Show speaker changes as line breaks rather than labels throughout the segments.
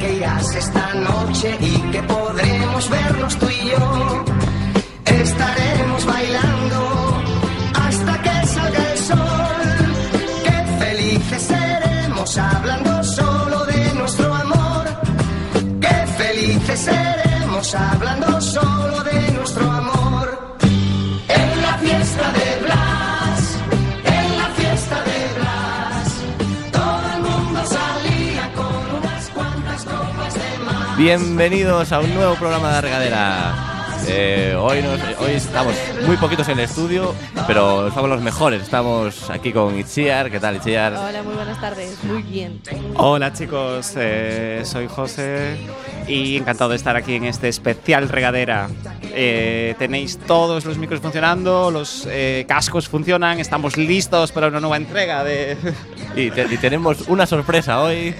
que irás esta noche y que podremos vernos tú y yo. Estaremos bailando hasta que salga el sol. Qué felices seremos hablando solo de nuestro amor. Qué felices seremos hablando solo de nuestro amor. En la fiesta de Blas, en la fiesta de Blas, todo el mundo salía con unas cuantas copas de más.
Bienvenidos a un nuevo programa de Argadera. Eh, hoy, nos- hoy estamos muy poquitos en el estudio, pero estamos los mejores. Estamos aquí con Itziar. ¿Qué tal, Itziar?
Hola, muy buenas tardes. Muy bien.
Hola chicos, eh, soy José y encantado de estar aquí en este especial regadera. Eh, tenéis todos los micros funcionando, los eh, cascos funcionan, estamos listos para una nueva entrega de
Y, te- y tenemos una sorpresa hoy.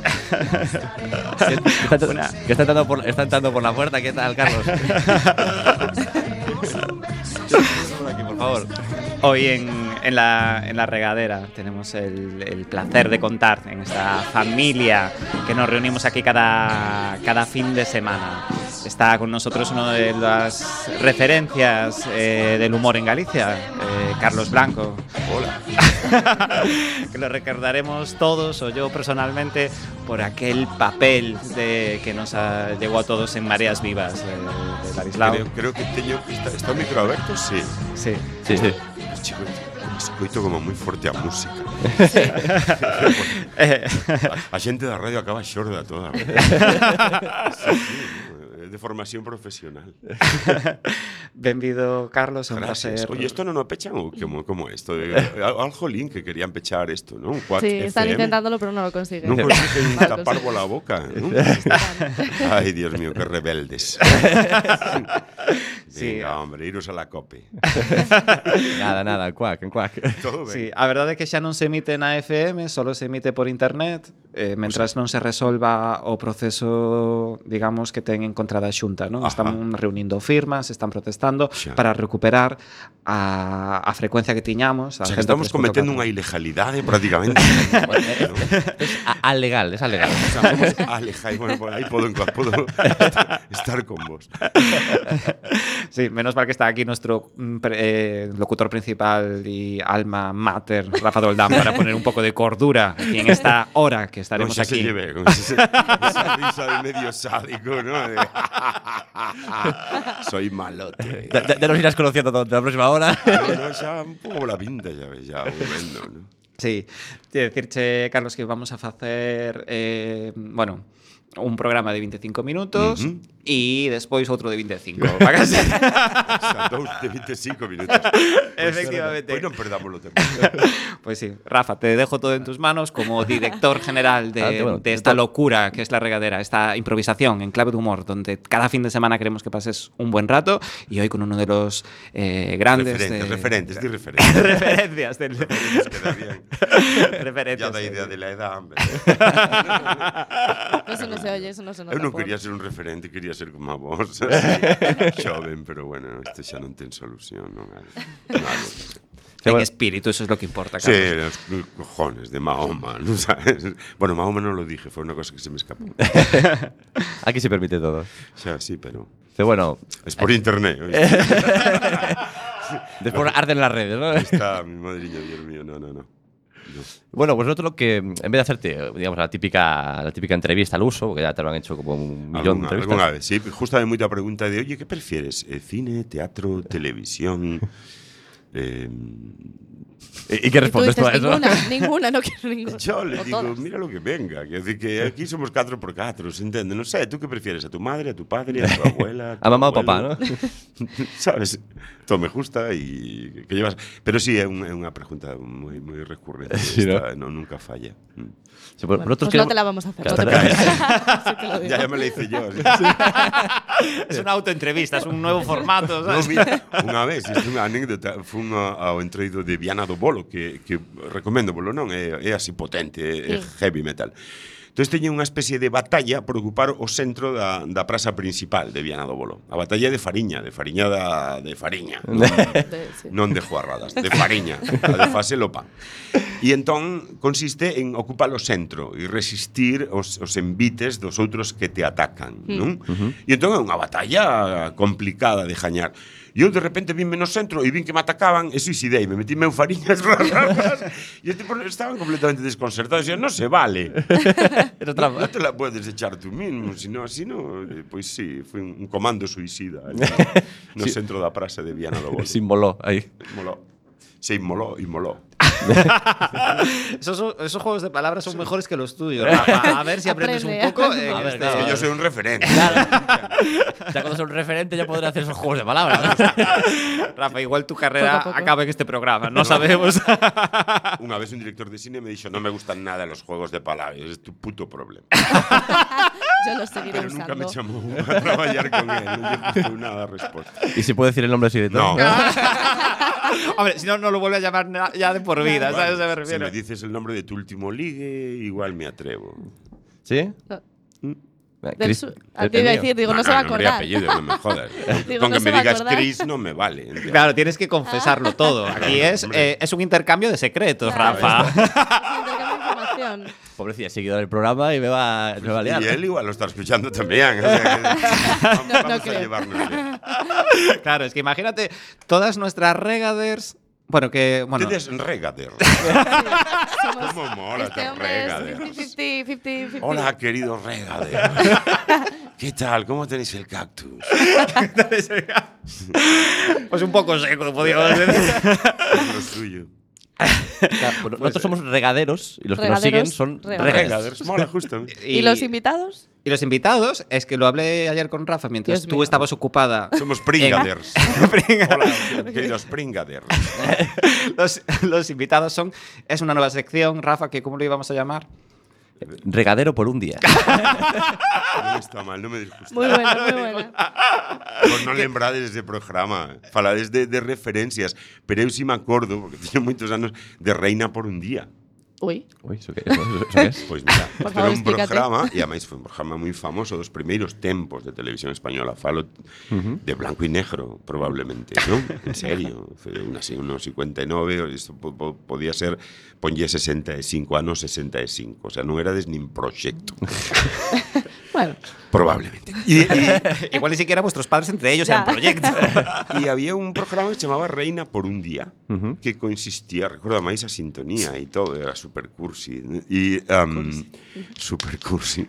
Que, que está,
Una.
que está entrando por, está entrando por la puerta. ¿Qué tal, Carlos? Por aquí, por favor.
hoy en, en la, en la regadera. Tenemos el, el placer de contar en esta familia que nos reunimos aquí cada, cada fin de semana. Está con nosotros una de las referencias eh, del humor en Galicia, eh, Carlos Blanco. que lo recordaremos todos, o yo personalmente, por aquel papel de, que nos ah, llegó a todos en Mareas Vivas eh, de, de Ladislao.
Creo, creo que teño que está, está o micro aberto, sí.
Sí.
Sí, sí.
Pero, Chico, escoito como moi forte a música.
Eh,
A, a xente da radio acaba xorda toda. sí, sí, é de formación profesional.
Bienvenido, Carlos, a un
Gracias.
placer.
Oye, isto non o pechan ou como como isto? Eh, Al jolín que querían pechar isto, non? Quack
Sí, están
FM.
intentándolo, pero no lo consiguen.
Non consiguen
No lo
tapar
consiguen.
bola a boca, non? Ay, Dios mío, que rebeldes.
Sí.
Venga, hombre, iros a la cope.
Nada, nada. Cuac, cuac.
Todo ben.
Sí, a verdade é que xa non se emite na FM, solo se emite por internet, eh,
Pues
mentras non se resolva o proceso, digamos, que ten encontrada a Xunta, non?
Ajá.
Están reunindo firmas, están protestando
Xa.
para recuperar a, a frecuencia que tiñamos.
O
A
sea, que estamos cometendo unha ilegalidade eh, prácticamente. ¿no?
Es a- alegal, es alegal.
O sea, vamos a alejar. Bueno, por ahí puedo, enco- puedo estar- estar con vos.
Sí, menos mal que está aquí nuestro mm, pre- eh, locutor principal y alma mater, Rafa Doldán, para poner un poco de cordura aquí en esta hora que estaremos
No, ya
aquí.
se lleve, con ese- esa risa de medio sádico, ¿no? De- Soy malote.
Ya, ya- ya nos irás conociendo durante la próxima hora.
No, no, ya un pouco la pinta, ya ves, ya volvendo, ¿no?
Sí, de decirche, Carlos, que vamos a facer, eh, bueno, un programa de 25 minutos
Ujú.
e despois outro de 25. para que se-
O sea, dos de 25 minutos. Pues
Efectivamente.
Hoy no perdamos lo tiempo.
Pois Pues sí, Rafa, te dejo todo en tus manos como director general de,
Ah, te- bueno,
de
te-
esta locura que es la regadera, esta improvisación en clave de humor, donde cada fin de semana queremos que pases un buen rato y hoy con uno de los eh, grandes... eh, de-
Referentes, referentes, di referentes.
referencias del...
Referentes queda bien.
referencias
Ya da
del-
idea de la edad, hombre.
Eso no se oye, eso no se nota.
Eu non
por-
quería ser un referente, quería ser como a vos. Xoven, pero bueno, este isto xa non ten solución, non hai. Non hai solución.
En espíritu, eso es lo que importa,
Sí,
Carlos.
los cojones de Mahoma, ¿no sabes? Bueno, Mahoma no lo dije, fue una cosa que se me escapó.
Aquí se permite todo.
O sea, sí, pero
Pero bueno,
es por internet. ¿oíste?
después arden las redes, ¿no?
Está mi madriña, Dios mío, no, no, no. No.
Bueno, pues nosotros lo que, en vez de hacerte, digamos, la típica, la típica entrevista al uso, que ya te lo han hecho como un millón de
Alguna,
entrevistas.
alguna vez, sí, justamente moita pregunta de, oye, que prefieres? Eh, cine, teatro, televisión? Eh,
¿Y, y qué
Y tú
respondes tú, a
dices,
eso?
ninguna, ninguna, no quiero ninguna.
Yo le
O
digo,
todas.
mira lo que venga. Quiero decir que aquí somos 4 por 4 ¿se entiende? No sé, ¿tú qué prefieres? ¿A tu madre, a tu padre, a tu abuela?
A mamá o papá, ¿no?
¿Sabes? Todo me gusta y que llevas... Pero sí, é un- é unha pregunta moi moi recurrente.
Sí, ¿no?
esta, no, nunca falla. Mm.
Sí, pues
Bueno,
nosotros
pues no te la
queremos-
vamos a
Claro,
hacer. no te
está
preocupes. Sí te lo digo.
Ya, ya me la hice yo. así.
Es una autoentrevista, es un nuevo formato,
No,
¿sabes?
mira, unha vez, isto é unha anécdota, fun a- ao entroido de Viana do Bolo, que, que recomendo, bolo non, é, é así potente, é, é heavy metal. Entón, Entón teñen unha especie de batalla por ocupar o centro da, da praza principal de Viana do Bolo. A batalla de Fariña, de Fariña da, de Fariña. non-
De- sí.
non de juarradas, de fariña, a de fase lopa. E entón consiste en ocupar o centro e resistir os, os envites dos outros que te atacan, mm. non? Uh -huh. E entón é unha batalla complicada de jañar. E eu de repente vim no centro e vin que me atacaban e suicidei, me metí meu fariñas ras, ras, ras, e este por- estaban completamente desconcertados, e non se vale.
Era
No
trampa.
te la puedes echar tú mismo, sino así no, eh, pois sí, foi un un comando suicida ali, no
Sí.
centro da praza de Viana do Bolo.
Simboló ahí.
Moló. Se inmoló, inmoló.
Esos, esos juegos de palabras son mejores que los tuyos. Rafa. A ver si aprendes
Aprende,
un poco.
aprende.
en
A ver,
este-
Es
claro.
que yo soy un referente.
Ya cuando soy un referente ya podré hacer esos juegos de palabras. ¿no?
Rafa, igual tu carrera
Poco a poco.
acaba en este programa. No sabemos.
Una vez un director de cine me dijo, no me gustan nada los juegos de palabras, es tu puto problema.
Yo lo seguiré
Pero
usando.
nunca me llamó a trabajar con él, no le gustó nada la respuesta.
¿Y si puedo decir el nombre de su editor?
No.
Hombre, si no, no lo vuelve a llamar na- ya de por vida. ¿Sabes a qué me
si
refiero?
me dices el nombre de tu último ligue, igual me atrevo.
¿Sí?
No.
Ah,
Del
Chris-
su-
el
ah, te iba a
mío.
decir, digo, no, se va a
nombre y
acordar.
apellido, no me jodas.
Digo,
con
no
que
se
me
va a
digas
acordar.
Chris no me vale. ¿eh? ¿entiendes?
Claro, tienes que confesarlo todo. Aquí es,
Ah. hombre.
eh, es un intercambio de secretos,
Claro.
Rafa.
Nos intercambiamos información.
Pobrecilla, es seguidor del programa y me va, me va a liar.
Y él igual lo está escuchando también. o sea que vamos
No, no
vamos a
creo.
llevarnos bien.
claro, es que imagínate todas nuestras regaders. Bueno, que. Bueno,
Ustedes regader.
Somos-
¿Cómo mola
este
tan
hombre es
regadero?
50, 50, 50.
Hola, querido Regade. ¿Qué tal? ¿Cómo tenéis el cactus?
pues un poco seco, podríamos decir.
Es lo suyo.
Claro, pues nosotros somos regaderos y los
Regaderos,
que nos siguen son
regaderos.
Pues,
regaderos.
Regaders, mola, justo.
¿Y los invitados?
y los invitados, es que lo hablé ayer con Rafa mientras
Dios
tú
mío.
estabas ocupada.
Somos Pringaders. Hola, queridos Pringaders.
los, los invitados son. Es una nueva sección, Rafa, que ¿cómo lo íbamos a llamar?
Regadero por un día.
No está mal, no me disgusta. Pues
Muy buena, muy buena.
Vos non lembrades ese programa. Falades de, de referencias. Pero eu sí me acordo, porque teño moitos anos, de Reina por un día.
Uy,
Uy, ¿eso qué, eso- eso qué es?
Pois mira,
Por
isto era
favor,
un
explícate.
programa, e ademais foi un programa moi famoso dos primeiros tempos de televisión española, falo de blanco e negro, probablemente, non? En serio, foi unha así, unos 59, isto po, po, podía ser, ponlle 65 anos, 65, o sea, non erades nin proxecto,
bueno,
probablemente. E, e,
Igual ni siquiera vuestros padres entre ellos eran
Ya.
proyecto.
e había un programa que se chamaba Reina por un día,
Ujú.
que consistía, recordo máis a sintonía e todo, era super cursi. E, um, super cursi.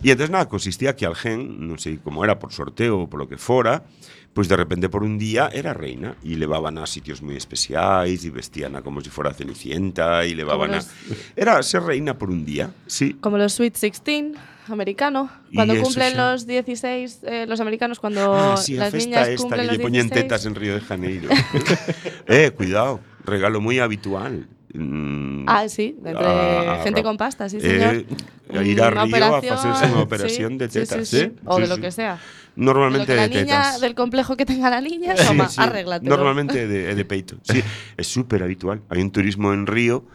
E entón, nada, consistía que alguén, non sei como era, por sorteo ou polo que fora, pois de repente por un día era reina e levaban a sitios moi especiais e vestían a como se fora Cenicienta e levaban a...
Como
Era ser reina por un día, sí.
como los Sweet 16 americano,
Y
cuando
eso
cumplen
ya.
los 16, eh, los americanos cuando
Ah, sí, a
las
festa
niñas
esta que
cumplen los
lle poñen
16.
tetas en Río de Janeiro. eh, cuidado, regalo moi habitual. Mm,
Ah, sí, de entre
Ah,
gente
ah,
con pasta, sí, señor.
Eh, a ir a
Una
Río a
operación,
hacerse una operación
sí,
de
sí, sí,
tetas.
sí,
¿sí?
O
Sí,
de lo
sí.
que sea. De lo
Normalmente
que la
de
niña
tetas.
del complejo que tenga la niña,
Sí,
toma,
sí.
arréglatelo.
Normalmente de, de peito. Sí, es súper habitual. Hay un turismo en Río,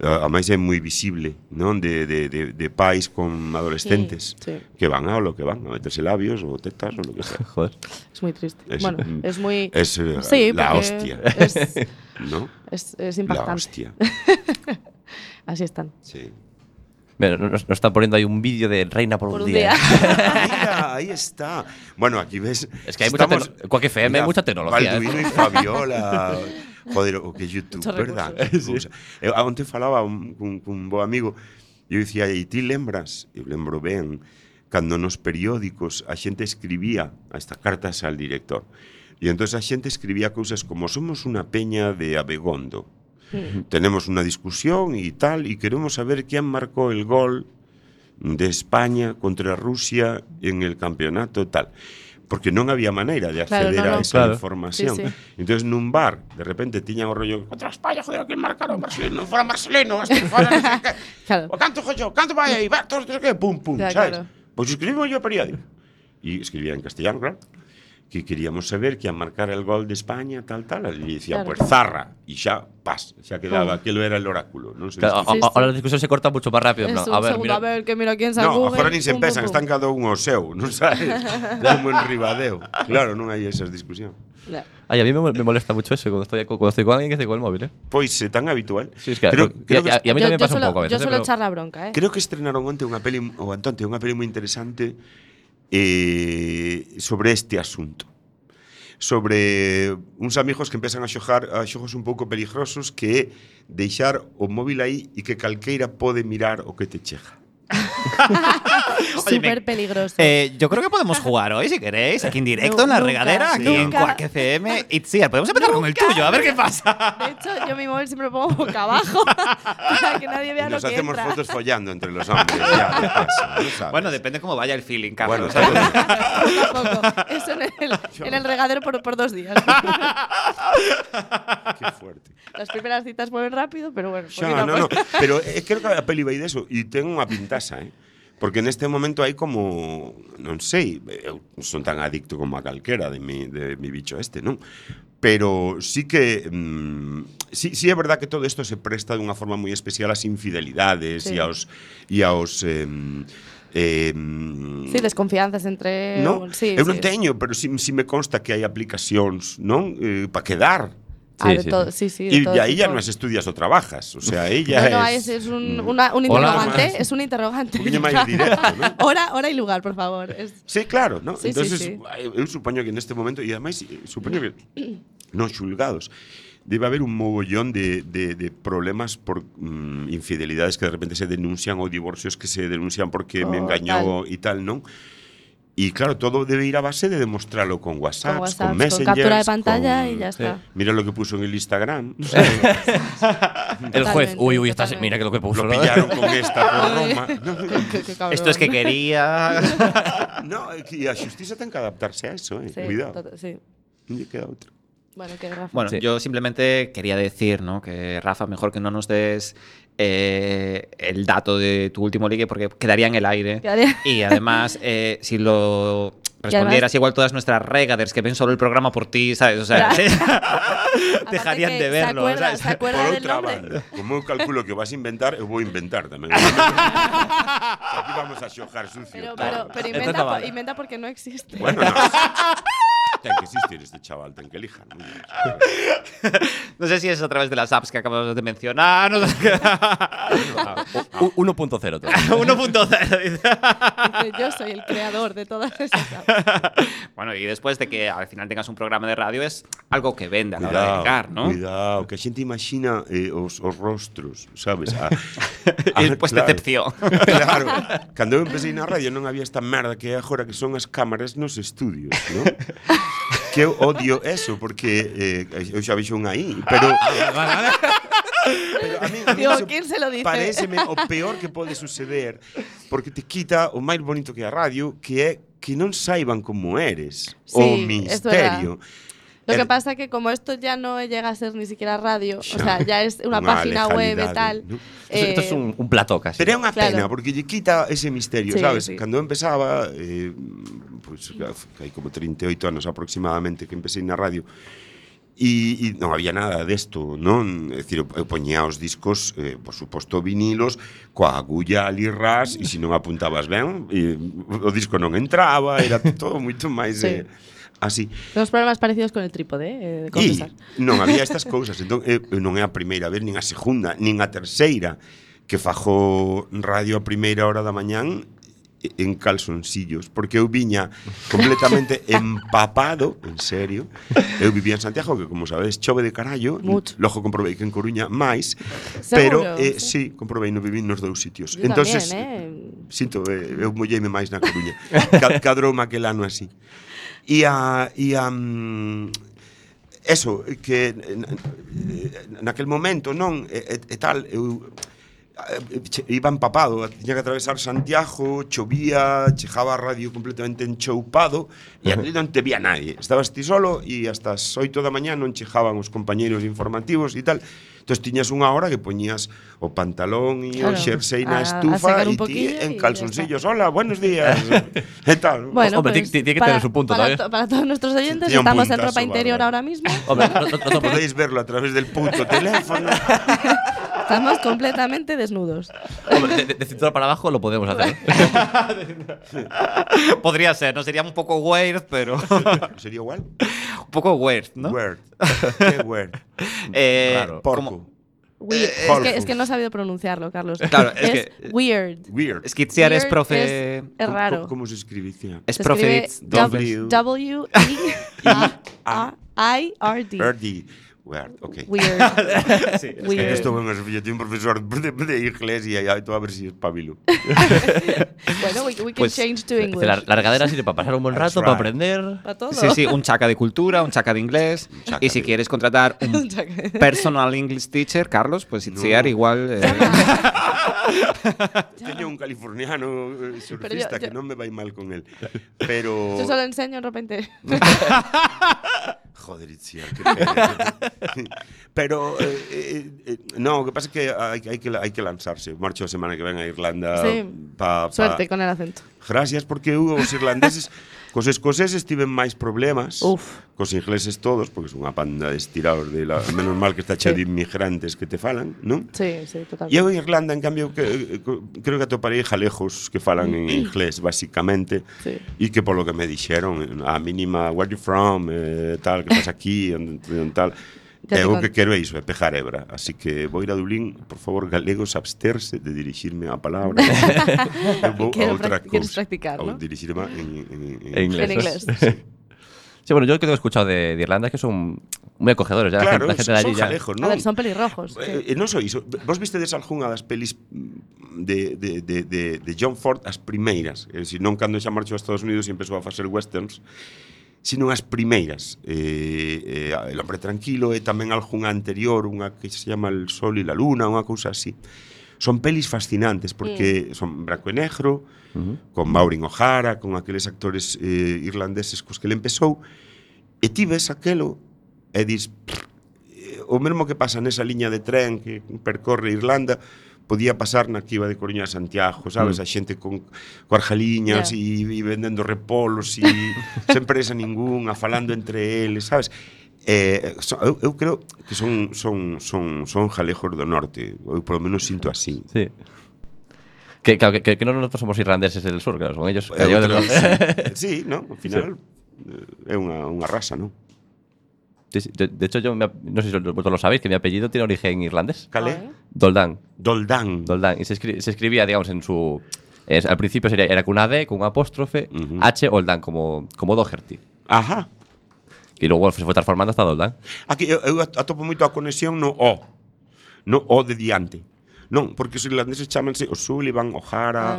a- además es muy visible, ¿no? De, de, de, de pais con adolescentes
Sí, sí.
que van a o lo que van, a meterse labios o tetas o lo que sea.
Joder.
Es muy triste.
Es-
bueno, es muy.
Es eh,
sí,
la
porque
hostia,
Es,
¿no?
es- es
La
impactante.
hostia.
Así están.
Sí.
Mira, nos, nos están poniendo ahí un vídeo de Reina por, ¿eh?
Por un día.
Mira, ahí está. Bueno, aquí ves.
Es que hay mucha tecno- Quack FM, hay mucha tecnología,
Balduino
¿eh?
y Fabiola. Joder, o que YouTube,
Muchos
verdad?
recursos.
Que cousa. Eu onte falaba un, cun, cun bo amigo e eu dicía, e ti lembras? Eu lembro ben cando nos periódicos a xente escribía estas cartas al director. E entón a xente escribía cousas como somos unha peña de Abegondo. Tenemos una discusión y tal, y queremos saber quién marcó el gol de España contra Rusia en el campeonato tal. Porque non había maneira de
Claro, no,
acceder a
no.
esa
Claro.
información.
Sí, sí.
Entonces nun bar, de repente tiñan o rollo contra España, joder, que marcaron Marcelino, non fora Marcelino, hasta que fora, non sei que.
Claro.
O canto joyo, canto vai aí, va, todos, todos, que, pum, pum,
Ya, claro.
sabes? Pois escribimos yo periódico. E escribía en castellano, claro. que queríamos saber que a marcar el gol de España, tal, tal, y decía,
Claro.
pues zarra, y ya, paz, ya quedaba,
Oh.
aquello era el oráculo, ¿no? Se
Claro, ah, a-
Sí,
a- ahora
sí.
la discusión se corta mucho más rápido. en plan,
Eso,
a
un
ver,
segundo,
mira,
a ver, que miro aquí en San
No,
Google,
agora nin se
pum, pum,
empesan,
pum.
están cada un ao seu, non sabes? Como en Ribadeo. Claro, non hai esas discusión.
Ya.
Ay, a mí me mol- me molesta mucho eso cuando estoy, cuando estoy con alguien que esté con el móvil, ¿eh?
Pois é tan habitual.
Sí, es que,
creo,
y,
creo,
y a,
que,
y a mí
Yo-
también
yo
pasa
suelo-
un poco a veces.
Yo
¿eh?
suelo
Pero-
echar la bronca, ¿eh?
creo que estrenaron onte unha peli ou antonte unha peli moi interesante eh, sobre este asunto. sobre uns amigos que empezan a xogar a xogos un pouco peligrosos que é deixar o móvil aí e que calqueira pode mirar o que te chega.
Súper peligroso.
Eh, yo creo que podemos jugar hoy, si queréis, aquí en directo,
No,
en la
nunca,
regadera, aquí en
nunca.
Quack FM. Itziar, podemos empezar con el tuyo, a ver qué pasa.
De hecho, yo mi móvil siempre lo pongo boca abajo para que nadie vea
E
lo
nos
que
hacemos
entra.
fotos follando entre los hombres. ya, de paso, ¿no sabes?
Bueno, depende cómo vaya el feeling, Carlos. ¿eh?
Bueno, está bien.
Tampoco. Eso en el, en el regadero por, por dos días.
Qué fuerte.
Las primeras citas mueven rápido, pero bueno. poquito
Xa,
a
no, no.
poco.
Pero eh, creo que a peli vai deso e ten unha pintaza, eh? Porque neste momento hai como, non sei, eu son tan adicto como a calquera de mi, de mi bicho este, non? Pero sí que mm, sí, sí é verdad que todo isto se presta dunha forma moi especial ás infidelidades
Sí.
e aos e aos em, em,
Sí, desconfianzas entre.
non?
Eh, Sí, sí.
eu non teño, pero si, si me consta que hai aplicacións, non? Eh, para quedar.
Ah,
Sí,
de
sí,
todo-
sí.
sí, sí, de
E
todo
aí ya
tipo.
non es estudias ou trabajas, o sea, ella
No, no,
es, Mm.
es, es un, una- un
Hola,
interrogante.
además.
es un interrogante.
Un poquillo más directo, ¿no?
hora, hora y lugar, por favor. Es-
Sí, claro, ¿no?
Sí, sí,
Entonces,
sí.
eu- eu supoño que neste momento, e ademais, eh, supoño que non xulgados, debe haber un mogollón de, de, de problemas por mm, infidelidades que de repente se denuncian ou divorcios que se denuncian porque
Oh,
me engañou e tal, non? E claro, todo debe ir a base de demostrarlo con
con
WhatsApp,
WhatsApp, con
con, Messenger,
captura de pantalla y ya está.
Mira lo que puso en el Instagram.
El juez,
Totalmente,
uy, uy, estás,
totalmente.
mira que lo que puso.
Lo
¿no?
pillaron con esta por
Ay.
Roma. No,
Qué- qué cabrón.
Esto es que quería.
no, é que a xustiza ten que adaptarse a eso, eh.
Sí,
Cuidado.
tota- sí.
Non lle queda outro.
Bueno, qué gracia.
Bueno,
Sí.
yo simplemente quería decir, ¿no? Que Rafa, mejor que no nos des eh, el dato de tu último ligue porque quedaría en el aire.
Quedaría-
Y además, eh, si lo respondieras
además-
igual todas nuestras regaders que ven solo el programa por ti, ¿sabes? O sea, dejarían
Aparte
de
que
verlo.
Se acuerda,
¿sabes?
se acuerda
Por
del
outra
nombre.
banda, como eu calculo que vas a inventar, eu vou inventar tamén. Aquí vamos a xojar sucio.
Pero,
claro.
pero, pero
Esta
inventa,
tabada.
por- inventa porque no existe.
Bueno, no. ten que existir este chaval, ten que elijan. ¿no?
No sé si es a través de las apps que acabamos de mencionar. No sé qué.
U- 1.0 todo.
1.0. dice.
Dice, Yo soy el creador de todas esas.
bueno, y después de que al final tengas un programa de radio, es algo que venda a la hora de
Cuidado,
llegar, ¿no?
cuidado, que a xente imagina eh, os, os rostros, sabes? A,
Y después
claro.
decepción.
Claro, cando eu empecé na radio non había esta merda que é agora que son as cámaras nos estudios, ¿no? que eu odio eso, porque eh, eu xa vexo un aí, pero... pero a mí, a mí
Digo,
eso
¿quién se lo dice?
Pareceme o peor que pode suceder, porque te quita o máis bonito que a radio, que é que non saiban como eres, o
Sí, es
misterio.
Lo que
El-
pasa que como esto ya no llega a ser ni siquiera radio, o
Ya.
sea, ya es una
Unha
página web y
letalidade,
tal.
¿no?
Esto, esto es
eh,
un, un plató casi.
Pero é unha
Claro.
pena, porque lle quita ese misterio,
Sí,
sabes?
sí.
Cando eu empezaba, eh, pues, hai como 38 anos aproximadamente que empecé na radio, E, e non había nada desto, non? É dicir, eu eu poñía os discos, eh, por suposto, vinilos, coa agulla ali ras, e se non apuntabas ben, eh, o disco non entraba, era todo moito máis
Sí.
eh, así.
Tenemos problemas parecidos con el trípode, eh, he de confesar.
E non había estas cousas, entón eu eu non é a primeira vez, nin a segunda, nin a terceira que fajo radio a primeira hora da mañán e- en calzoncillos, porque eu viña completamente empapado, en serio. Eu vivía en Santiago, que como sabes, chove de carallo,
Mucho.
logo comprobei que en Coruña máis,
Seguro,
pero eh,
sí.
sí, comprobei no viví nos dous sitios.
Yo
Entonces,
también, eh.
Sinto, eh, eu molleime máis na Coruña. Ca- Cadrou aquel ano así. E a, e a mm, eso, que eh, na- eh, naquel momento non, e, e, e tal, eu eh, che- iba empapado, tiña que atravesar Santiago, chovía, chegaba a radio completamente enchoupado e ali non te vía nadie. Estabas ti solo e hasta as 8 da mañá non chegaban os compañeiros informativos e tal. Entón tiñas unha hora que poñías o pantalón e o
Claro,
xersei
a- a
na estufa
secar un
e ti
poquillo
en
y ya
calzoncillos. Hola, buenos días. e tal.
Bueno,
Hombre,
pues,
ti- ti- tiene que tener su punto
para,
todavía.
to- para todos nuestros oyentes,
Tiene un
estamos en
puntazo,
ropa interior
Bárbara.
ahora mismo.
Hombre, no, no- no-
Podéis verlo a través del punto teléfono.
Estamos completamente desnudos.
hombre, de, de- de cintura para abajo lo podemos hacer.
Podría ser, no sería un poco weird, pero.
Sería igual?
un poco weird, ¿no?
Weird. Qué weird.
Eh,
Raro.
Porco.
como-
Weird. es,
colorful.
que, es que no he sabido pronunciarlo, Carlos.
Claro, es que-
weird.
Weird.
Es que Itziar es
Weird
profe.
Es, es raro.
¿Cómo, cómo se escribe? tía?
Es
Se
profe.
escribe
Itz-
doble.
W- W E A A- I R D.
Birdie. Weird. Ok.
Weird.
Eh,
Weird.
Esto, bueno, yo tengo un profesor de, de inglés y ahí tú a ver si es pabilo.
Bueno, we, we can
Pues,
change to
dice, La,
English.
la regadera sirve para pasar un buen
That's
rato,
right.
para aprender.
Para todo.
Sí, sí, un chaca de cultura, un chaca de inglés.
chaca
y si
de-
quieres contratar un personal English teacher, Carlos, pues Itziar igual. eh,
Tengo un californiano eh, surfista
yo-
que
yo-
no me va a ir mal con él. Pero.
Yo solo enseño en ropa interior.
Joder, Itziar, qué pena. Pero, eh, eh, eh, no, lo que pasa es que hay, hay que hay que lanzarse. Marcho a semana que ven a Irlanda.
Sí.
pa- pa-
Suerte con el acento.
Gracias, porque eu, os irlandeses Cos escoceses tiven máis problemas
Uf.
Cos ingleses todos Porque son unha panda de estirados de la... Menos mal que está cheo
Sí.
de inmigrantes que te falan non?
Sí, sí, totalmente.
E eu en Irlanda, en cambio, que, eh, co- creo que atoparei jalejos que falan en inglés, basicamente,
Sí.
e que polo que me dixeron, a mínima, where you from, eh, tal, que estás aquí, onde- onde tal,
Ya te
e
cont-
o que quero é iso, é pejar hebra. Así que vou ir a Dublín, por favor, galegos, absterse de dirixirme a palabra. eu vou a
Quero
outra
prac- queres
cousa.
practicar, ¿no?
ou dirixirme en, en, en,
En
En
inglés.
inglés.
Sí, bueno, yo lo que he escuchado de, de Irlanda es que son muy acogedores. Ya
Claro,
la gente, la gente de
son
allí ya.
jalejos,
A
non?
ver, son pelirrojos. sí.
Eh, eh, non só iso, vos vistedes algunha das pelis mm, de, de, de, de, de John Ford as primeiras, é dicir, non cando xa marchou aos Estados Unidos e empezou a facer westerns, sino as primeiras. Eh, eh, El hombre tranquilo e tamén algunha anterior, unha que se chama El sol e la luna, unha cousa así. Son pelis fascinantes porque mm. son en branco e negro, con Maureen O'Hara, con aqueles actores eh, irlandeses cos que ele empezou, e ti ves aquelo e dis "Pff", eh, o mesmo que pasa nesa liña de tren que percorre Irlanda podía pasar na que iba de Coruña a Santiago, sabes,
Mm.
a xente con cuarjaliñas e yeah. vendendo repolos e sen presa ningunha, falando entre eles, sabes? Eh, so, eu, eu creo que son, son, son, son jalejos do norte, eu polo menos sinto así.
Sí. Que, claro, que, que- que no nosotros somos irlandeses del sur, claro, son ellos.
Eu
gallegos del
creo que
norte.
sí, sí, no, ao final eh, é unha, unha raza, non?
Sí, sí. De, de hecho, yo me ap- no sé si lo- vosotros lo sabéis, que mi apellido tiene origen irlandés.
Calé?
Doldán.
Doldán.
Doldán. Y se, escri- se escribía, digamos, en su. es- al principio sería, era con una D, con un apóstrofe,
Ujú.
H, Oldán, como, como Doherty.
Ajá.
Y luego se fue transformando hasta Doldán.
Aquí eu, eu atopo moito a conexión no O. No O de diante. Non, porque os irlandeses chamanse o Sullivan, o Jara,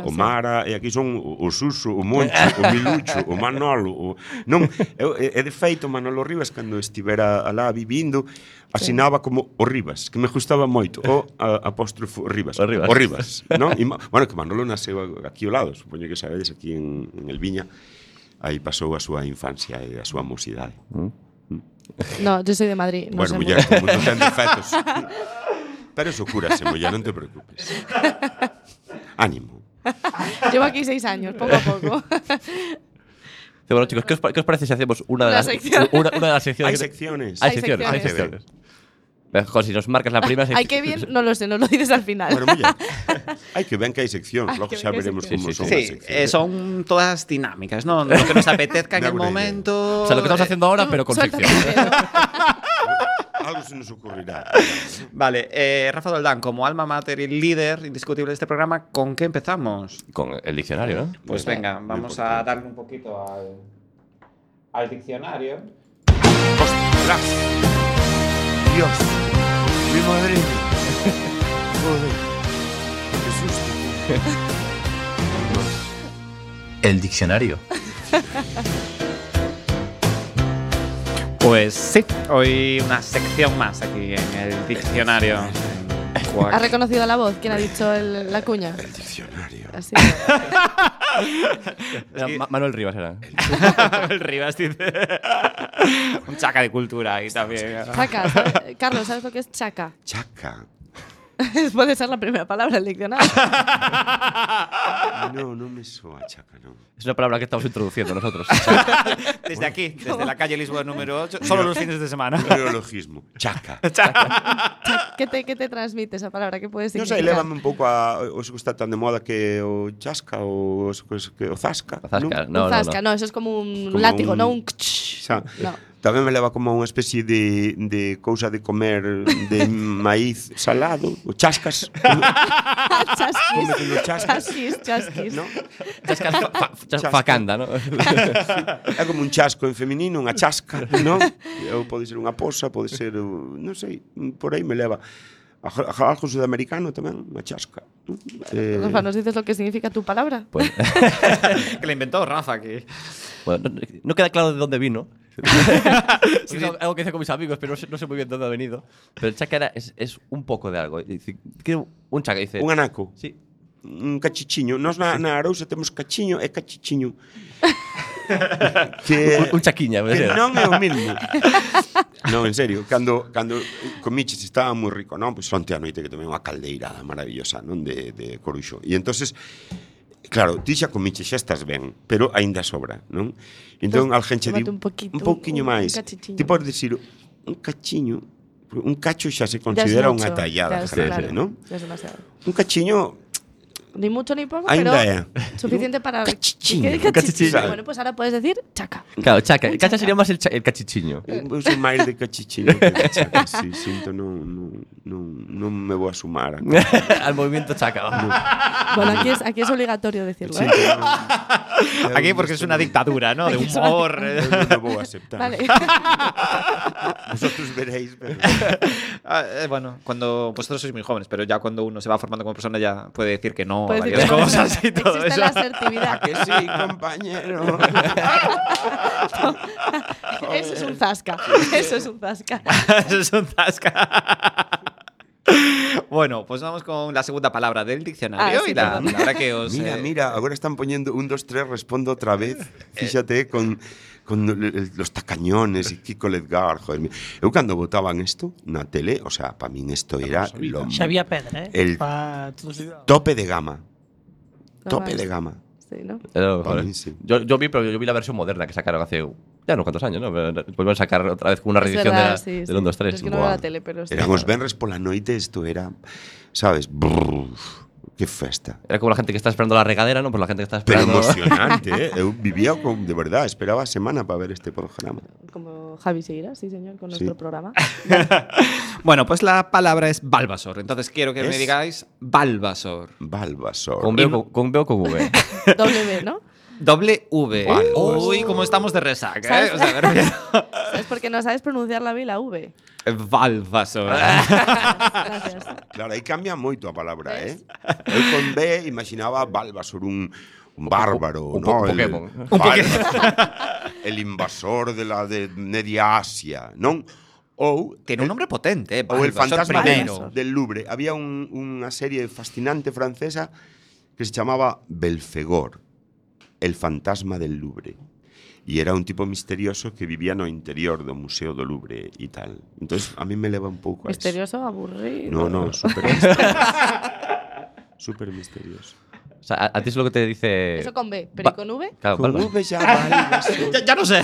Ah,
ah, o
sí.
Mara, e aquí son o, o Suso, o Moncho, o Milucho, o Manolo. O... Non, eu, e e de feito Manolo Rivas, cando estivera alá vivindo, asinaba como o Rivas, que me gustaba moito, o a, apóstrofo Rivas.
O Rivas.
O Rivas non? E, ma- bueno, que Manolo nasceu aquí ao lado, supoño que sabedes, aquí en, en El Viña, aí pasou a súa infancia e a súa mocidade.
No, yo soy de Madrid. No sé
bueno, muller,
mucho.
como non ten defectos. Pero eso curase, muller, non te preocupes. Ánimo.
Llevo aquí seis años, poco a poco.
Sí, Bueno, chicos, ¿qué os, pa- qué os parece si hacemos una de
Una
las,
sección.
una, una de las
Hai
secciones? que-
secciones.
Hay
Hay
secciones. Hay
secciones.
secciones. Mejor, si nos marcas la primera
Ay, qué bien, no lo sé, no lo dices al final.
Bueno, muller, hai que ven que hai
Hai
seccións, logo
que
xa
ven que hai
veremos
seccións.
como son as
Sí, eh,
seccións.
son todas dinámicas, ¿no? Lo que nos apetezca en
Me
el
aburre.
momento.
O sea, lo que estamos
eh,
haciendo ahora,
Tú,
pero con
suéltate
sección.
primero.
Algo se nos ocurrirá.
Vale, eh, Rafa Doldán, como alma mater y líder indiscutible de este programa, ¿con qué empezamos?
Con el diccionario, ¿no?
Pues
Muy
venga,
bien.
vamos
Muy
a
importante.
darle un poquito al, al diccionario.
¡Ostras! Dios, mi madre. mía. Joder, qué susto.
El diccionario.
Pues sí, hoy una sección más aquí en el diccionario.
Guau.
¿Has reconocido la voz? ¿Quién ha dicho el- la cuña?
El diccionario.
Así.
Era
que-
Ma- Manuel Rivas era.
el Rivas dice. Un chaca de cultura ahí también.
Chaca. ¿sabes? Carlos, ¿sabes lo que es chaca?
Chaca.
Puede ser la primera palabra del diccionario.
No, no me soa chaca, no.
Es una palabra que estamos introduciendo nosotros.
Desde aquí, desde la calle Lisboa número 8, solo los fines de semana.
Un Neologismo. Chaca.
¿Qué te, qué te transmite esa palabra? ¿Qué puede
Non
significar?
sei, lévame un pouco a... Os gusta tan de moda que o chasca ou os, cos- que o zasca,
Zasca,
non?
no, no,
un zasca,
no.
no. eso es como un
Como
látigo,
un-
no un kch.
Xa,
No.
Tamén me leva como a unha especie de, de cousa de comer de maíz salado, o chascas,
chasquis.
Cómetelo, chasquis.
Chasquis, chasquis.
non?
Chasca- fa- fa-
Chasca.
Facanda, ¿no?
É como un chasco en feminino, unha chasca, non? Ou pode ser unha posa, pode ser, uh, non sei, por aí me leva. A ja- a algo sudamericano tamén, unha chasca. non? Eh,
Rafa, ¿nos dices lo que significa tu palabra?
Pues,
Que la inventó Rafa aquí.
bueno, no, no queda claro de dónde vino. Sí, es algo que hice con mis amigos, pero no sé, no sé muy bien de dónde ha venido. Pero el chaca era- es, es un poco de algo. Dice, quiero un chaca, dice.
un anaco.
Sí.
un cachichiño. Nós na, na Arousa temos cachiño e cachichiño. que,
Un, pues un chaquiña, me
que
decía.
non é o mismo. non, en serio, cando, cando comiches estaba moi rico, non? Pois onte a noite que tomei unha caldeirada maravillosa, non? De, de coruxo. E entonces Claro, ti xa comiches, xa estás ben, pero aínda sobra, non?
Entón,
Entón, al gente di
tómate un poquito,
un pouquiño
un- un
máis.
cachichiño.
Ti podes dicir un cachiño, un cacho xa se considera unha tallada,
sí, sí.
grande, non?
Ya es demasiado.
Un cachiño
Ni mucho ni poco,
Ainda
pero
é.
suficiente para.
Cachichiño.
¿Qué- qué
Cachichiño.
cachichiño? Bueno, pues ahora puedes decir chaca.
Claro, chaca.
Un
Chaca
chaca.
sería más el, cha- el cachichiño.
Eu sou máis de cachichiño que de chaca, sí, sinto, non, non, non, non me vou a sumar. a-
Al movimiento chaca.
Bueno, aquí es, aquí es obligatorio decirlo. ¿eh?
Sinto, non,
Aquí porque es una dictadura, ¿no? De humor.
eu non me vou a aceptar.
Vale.
Vosotros veréis, pero...
Ah, eh, bueno, cuando vosotros sois muy jóvenes, pero ya cuando uno se va formando como persona ya puede decir que no a
Puedes
varias
decir
cosas y todo
Existe
eso.
la asertividad.
Que sí, compañero.
Eso es un zasca. Eso es un zasca.
Eso es un zasca. Bueno, pues vamos con la segunda palabra del diccionario
Ah, sí,
y la
perdón.
palabra que os...
Mira,
eh,
mira, agora están poñendo un, dos, tres, respondo outra vez. Fíxate con con el- el- los tacañones e Kiko Ledgar, joder. mi- Eu cando votaban isto na tele, o sea, para min isto era lo
Xavier Pedra, eh?
El-
Pa todos os idiomas.
tope de gama,
No más.
tope de gama.
Sí, ¿no?
Era lo
Para
mejor,
mí,
¿eh?
sí.
yo, yo vi, pero yo vi la versión moderna que sacaron hace ya no cuántos años, ¿no? Pero Volvieron a sacar otra vez con una
Es
reedición de
verdad,
la-
sí,
del
sí.
1, 2, 3.
Es que no veo la tele, pero sí.
Eran os venres pola noite, isto era, sabes, brrr, que festa.
Era como la gente que está esperando la regadera, ¿no? Pues la gente que está
Pero
esperando.
emocionante, eh? Eu vivía con, de verdad, esperaba a semana para ver este programa.
Como Javi seguirá, sí, señor, con
Sí.
nuestro programa.
Bueno, pues la palabra es Balvasor. Entonces quiero que me
¿Es?
digáis Balvasor.
Balvasor.
con, B, o con, con B o con V.
W, ¿no?
Doble V.
Balvasor.
Uy, cómo estamos de resaca, ¿eh?
¿Sabes?
O sea, me refiero-
Es porque no sabes pronunciar la B y la V.
Balvasor.
Gracias.
Claro, aí cambia moito a palabra, eh? Eu con B imaginaba Balvasor un, un bárbaro,
Un po-
¿no?
un
El-
Pokémon.
Un Pokémon. El invasor de la de media Asia, non? Ou
Tiene un nombre potente, ¿eh?
O el
Balvasor
fantasma del-
primero.
del Louvre. Había un- una serie fascinante francesa que se llamaba Belfegor, el fantasma del Louvre. E era un tipo misterioso que vivía no interior do Museo do Louvre e tal. Entonces a mí me leva un pouco a eso.
Misterioso, aburrido.
Pues No, no, súper misterioso. súper misterioso.
O sea, a, a ti es lo que te dice.
Eso con B, pero
Ba-
¿y con V?
Claro,
Con
Balvas.
V ya vale.
Ya, ya no sé.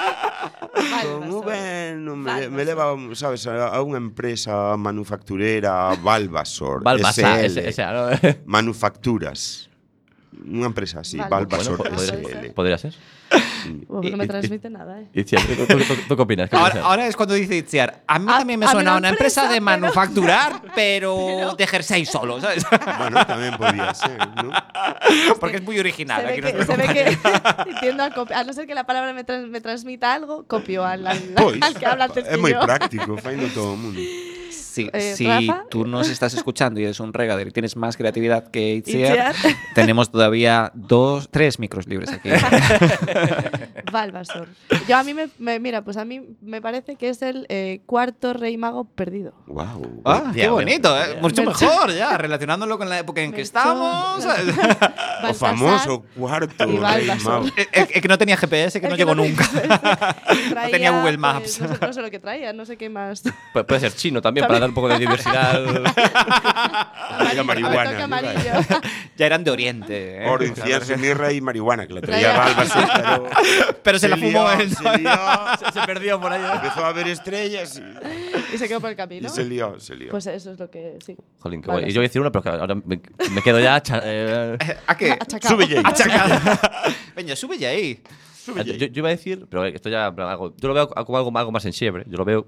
Vale,
Con
razón.
V Eh, non me,
Balvasor.
me leva, sabes, a a unha empresa manufacturera Balvasor.
Balbasa,
SL.
ese- esa, ¿no?
Manufacturas. Una empresa así,
Vale.
Balvasor
Bueno, pues,
SL.
puede
Podría ser.
Uf,
Y-
no me
y-
transmite nada, ¿eh?
Y, sí, ¿tú, tú, tú- tú qué opinas? ¿Qué
Ahora,
piensas?
ahora es cuando dice Itziar. A mí
A-
también me
a mí
suena
la
a una empresa,
empresa,
de
pero-
manufacturar, pero, de jersey solo, ¿sabes?
Bueno, también podría ser, ¿no?
Porque es muy original.
se ve
aquí nos
que, se ve que tiendo a copiar. A no ser que la palabra me, trans- me transmita algo, copio al, al,
Pois,
al que habla antes que
é moi
yo.
Pues, práctico, faino todo o mundo.
Si,
Eh,
si
Rafa.
tú nos estás escuchando y eres un regadero y tienes más creatividad que Itziar,
Itziar.
tenemos todavía dos, tres micros libres aquí.
Valvasor. Yo a mí me, me- mira, pues a mí me parece que es el eh, cuarto rey mago perdido.
Wow.
Ah,
Ya,
qué bonito,
bueno,
¿eh?
ya.
mucho
Melchor.
mejor ya, relacionándolo con la época en que
Melchor,
estamos. ¿sabes?
o
Baltasar,
famoso cuarto
y
rey
Baltasar.
Eh,
mago.
El- el- el Eh, que no tenía GPS, que
el
no llegó
tenía-
nunca.
que
No tenía
traía,
Google
pues,
Maps.
no, sé, no sé lo que traía, no sé qué más.
Pu- puede ser chino también, para dar un poco de diversidad.
Amarillo,
marihuana,
toque
¿no?
amarillo.
ya eran de Oriente. ¿eh?
Oro, incienso, mirra y marihuana, que la traía
Traía.
Balbasor, pero,
Pero se la fumó
lió,
él, ¿no?
Se lió,
Se perdió por ¿eh? allá.
empezó a ver estrellas y,
Y se quedó por el
y
camino.
se lió, se lió.
Pues eso es lo que sí.
Jolín, qué
Vale.
guay. Y yo voy a decir una, pero que ahora me, me quedo ya. cha- eh,
¿A qué?
Achacado.
Sube Jay,
Achacada. Venga, sube ya ahí.
sube
Ah, yo,
Jay.
yo iba a decir, pero esto ya. en plan, algo- yo lo veo como algo, algo más en siebre. Yo lo veo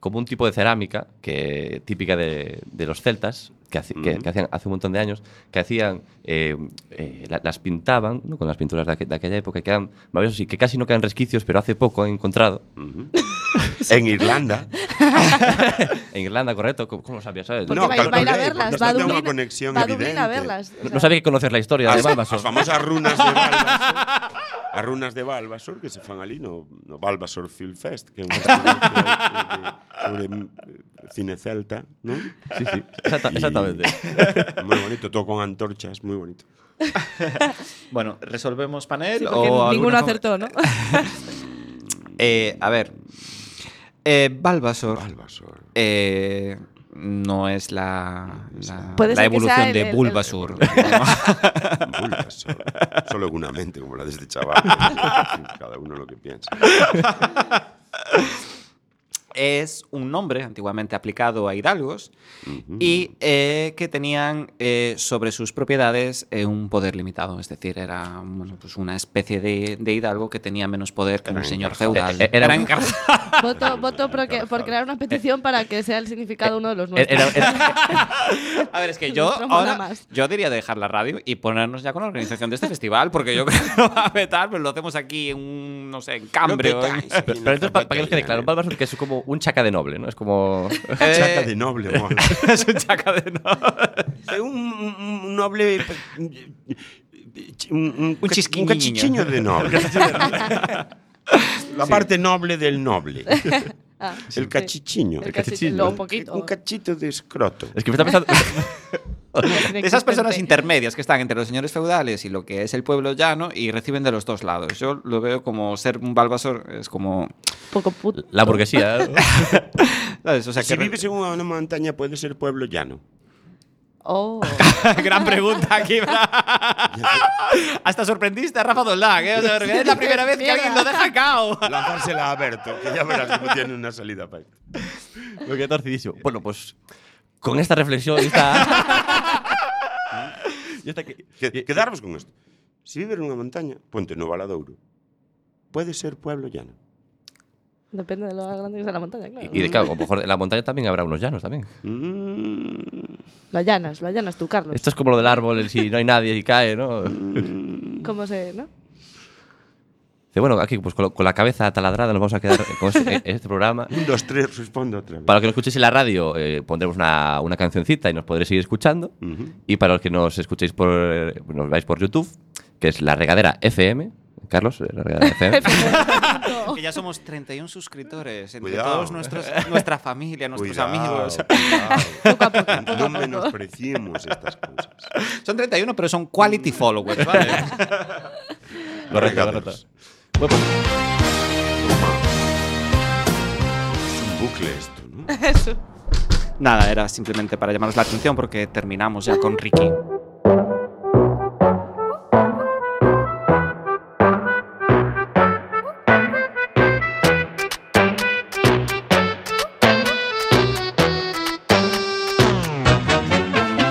como un tipo de cerámica que, típica de, de los celtas, que, haci- que- que hacían hace un montón de años, que hacían. eh, eh, la- las pintaban ¿no? con las pinturas de, aqu- de aquella época, que quedan maravillosas y que casi no quedan resquicios, pero hace poco han encontrado
En Irlanda.
en Irlanda, correcto. ¿Cómo, cómo lo sabías? ¿Sabes?
Porque
No,
va,
calculé,
va a ir a
porque
verlas,
esto
va a
tengo una
Dublín,
conexión
va a, Dublín a
evidente.
verlas. o
No
sea,
sabía que conocer la historia de
As-
Balbasor.
as famosas runas de Balbasor. As runas de Balbasor que se fan ali no, no Balbasor Film Fest, que é unha sobre, sobre eh, cine celta, non?
Sí, sí, exacta-
Y-
exactamente.
Moi bonito, todo con antorchas, moi bonito.
Bueno, ¿resolvemos panel
sí, porque
o
ninguno
alguna-
acertó, ¿no?
Eh, a ver. Eh, Balvasor
Balbasor.
eh, no es la, la,
Puede
la
ser que sea
evolución
el-
de
el- el-
Bulbasur.
Bulbasor. Solo con una mente como la de este chaval. Cada uno lo que piensa.
es un nombre antiguamente aplicado a hidalgos
Ujú.
y eh, que tenían eh, sobre sus propiedades eh, un poder limitado. Es decir, era bueno, pues una especie de, de hidalgo que tenía menos poder que un
Era
señor
encarcelado.
feudal.
Eh, eh, era
E, Era
un-
encarcelado.
voto voto por, que- por crear una petición para que sea el significado uno de los nuestros.
Eh, Era- era-
A ver, es que yo
Nuestro
ahora,
monamas.
yo diría dejar la radio y ponernos ya con la organización de este festival, porque yo creo que lo va a petar, pero lo hacemos aquí en un, no sé, en Cambre.
Lo
o en-
petáis aquí
pero
en la
entonces, para, que nos quede
zapatería,
claro,
¿eh?
Balbasor que es como un chaca de noble, ¿no? Es como.
Chaca de noble, mola.
es un chaca de no.
É un, un un noble... eh, Un, un,
Un chisquiñiño.
Un cachichiño de noble. La parte noble del noble.
Ah, sí.
El cachichiño.
El cachichiño, lo poquito.
Un cachito de escroto.
Es que me está pensando.
Pues De esas personas
Inexistente.
intermedias que están entre los señores feudales y lo que es el pueblo llano y reciben de los dos lados. Yo lo veo como ser un balbasor, es como.
Poco puto.
La burguesía. ¿eh?
¿sabes? O sea,
Si
que-
vives en una, una montaña, puede ser pueblo llano.
Oh.
Gran pregunta aquí. Hasta sorprendiste a Rafa Doldán, ¿eh? O sea, porque es la primera vez que alguien lo deja cao.
Lanzársela a Berto, que ya verás cómo tiene una salida para esto.
Me quedé torcidísimo. Bueno, pues con esta reflexión y esta. y esta que-
Que- Quedarvos con esto. Si vives en una montaña, Puente Nuevo Valadouro, puede ser pueblo llano.
Depende de lo grande que sea la montaña, claro.
y de claro, a lo mejor en la montaña también habrá unos llanos también.
Mm,
Lo allanas, lo allanas tú, Carlos.
Esto es como lo del árbol, el si no hay nadie y cae, ¿no?
¿Cómo se, no?
Dice, bueno, aquí pues con, lo- con la cabeza taladrada nos vamos a quedar con este, en este programa.
un, dos, tres, respondo otra vez.
Para los que nos escuchéis en la radio, eh, pondremos una, una cancioncita y nos podréis seguir escuchando.
Ujú.
Y para los que nos escuchéis por nos vais por YouTube, que es la regadera FM, Carlos, eh, la regadera FM.
Que ya somos 31 suscriptores entre
Cuidado.
todos nuestros, nuestra familia, nuestros amigos.
Poco a poco, poco a
No
poco.
menospreciemos estas cosas.
Son 31, pero son quality followers, ¿vale?
Correcto,
Regalos.
correcto.
Bueno, pues- Es un bucle esto, ¿no?
Eso.
Nada, era simplemente para llamaros la atención porque terminamos ya con Ricky.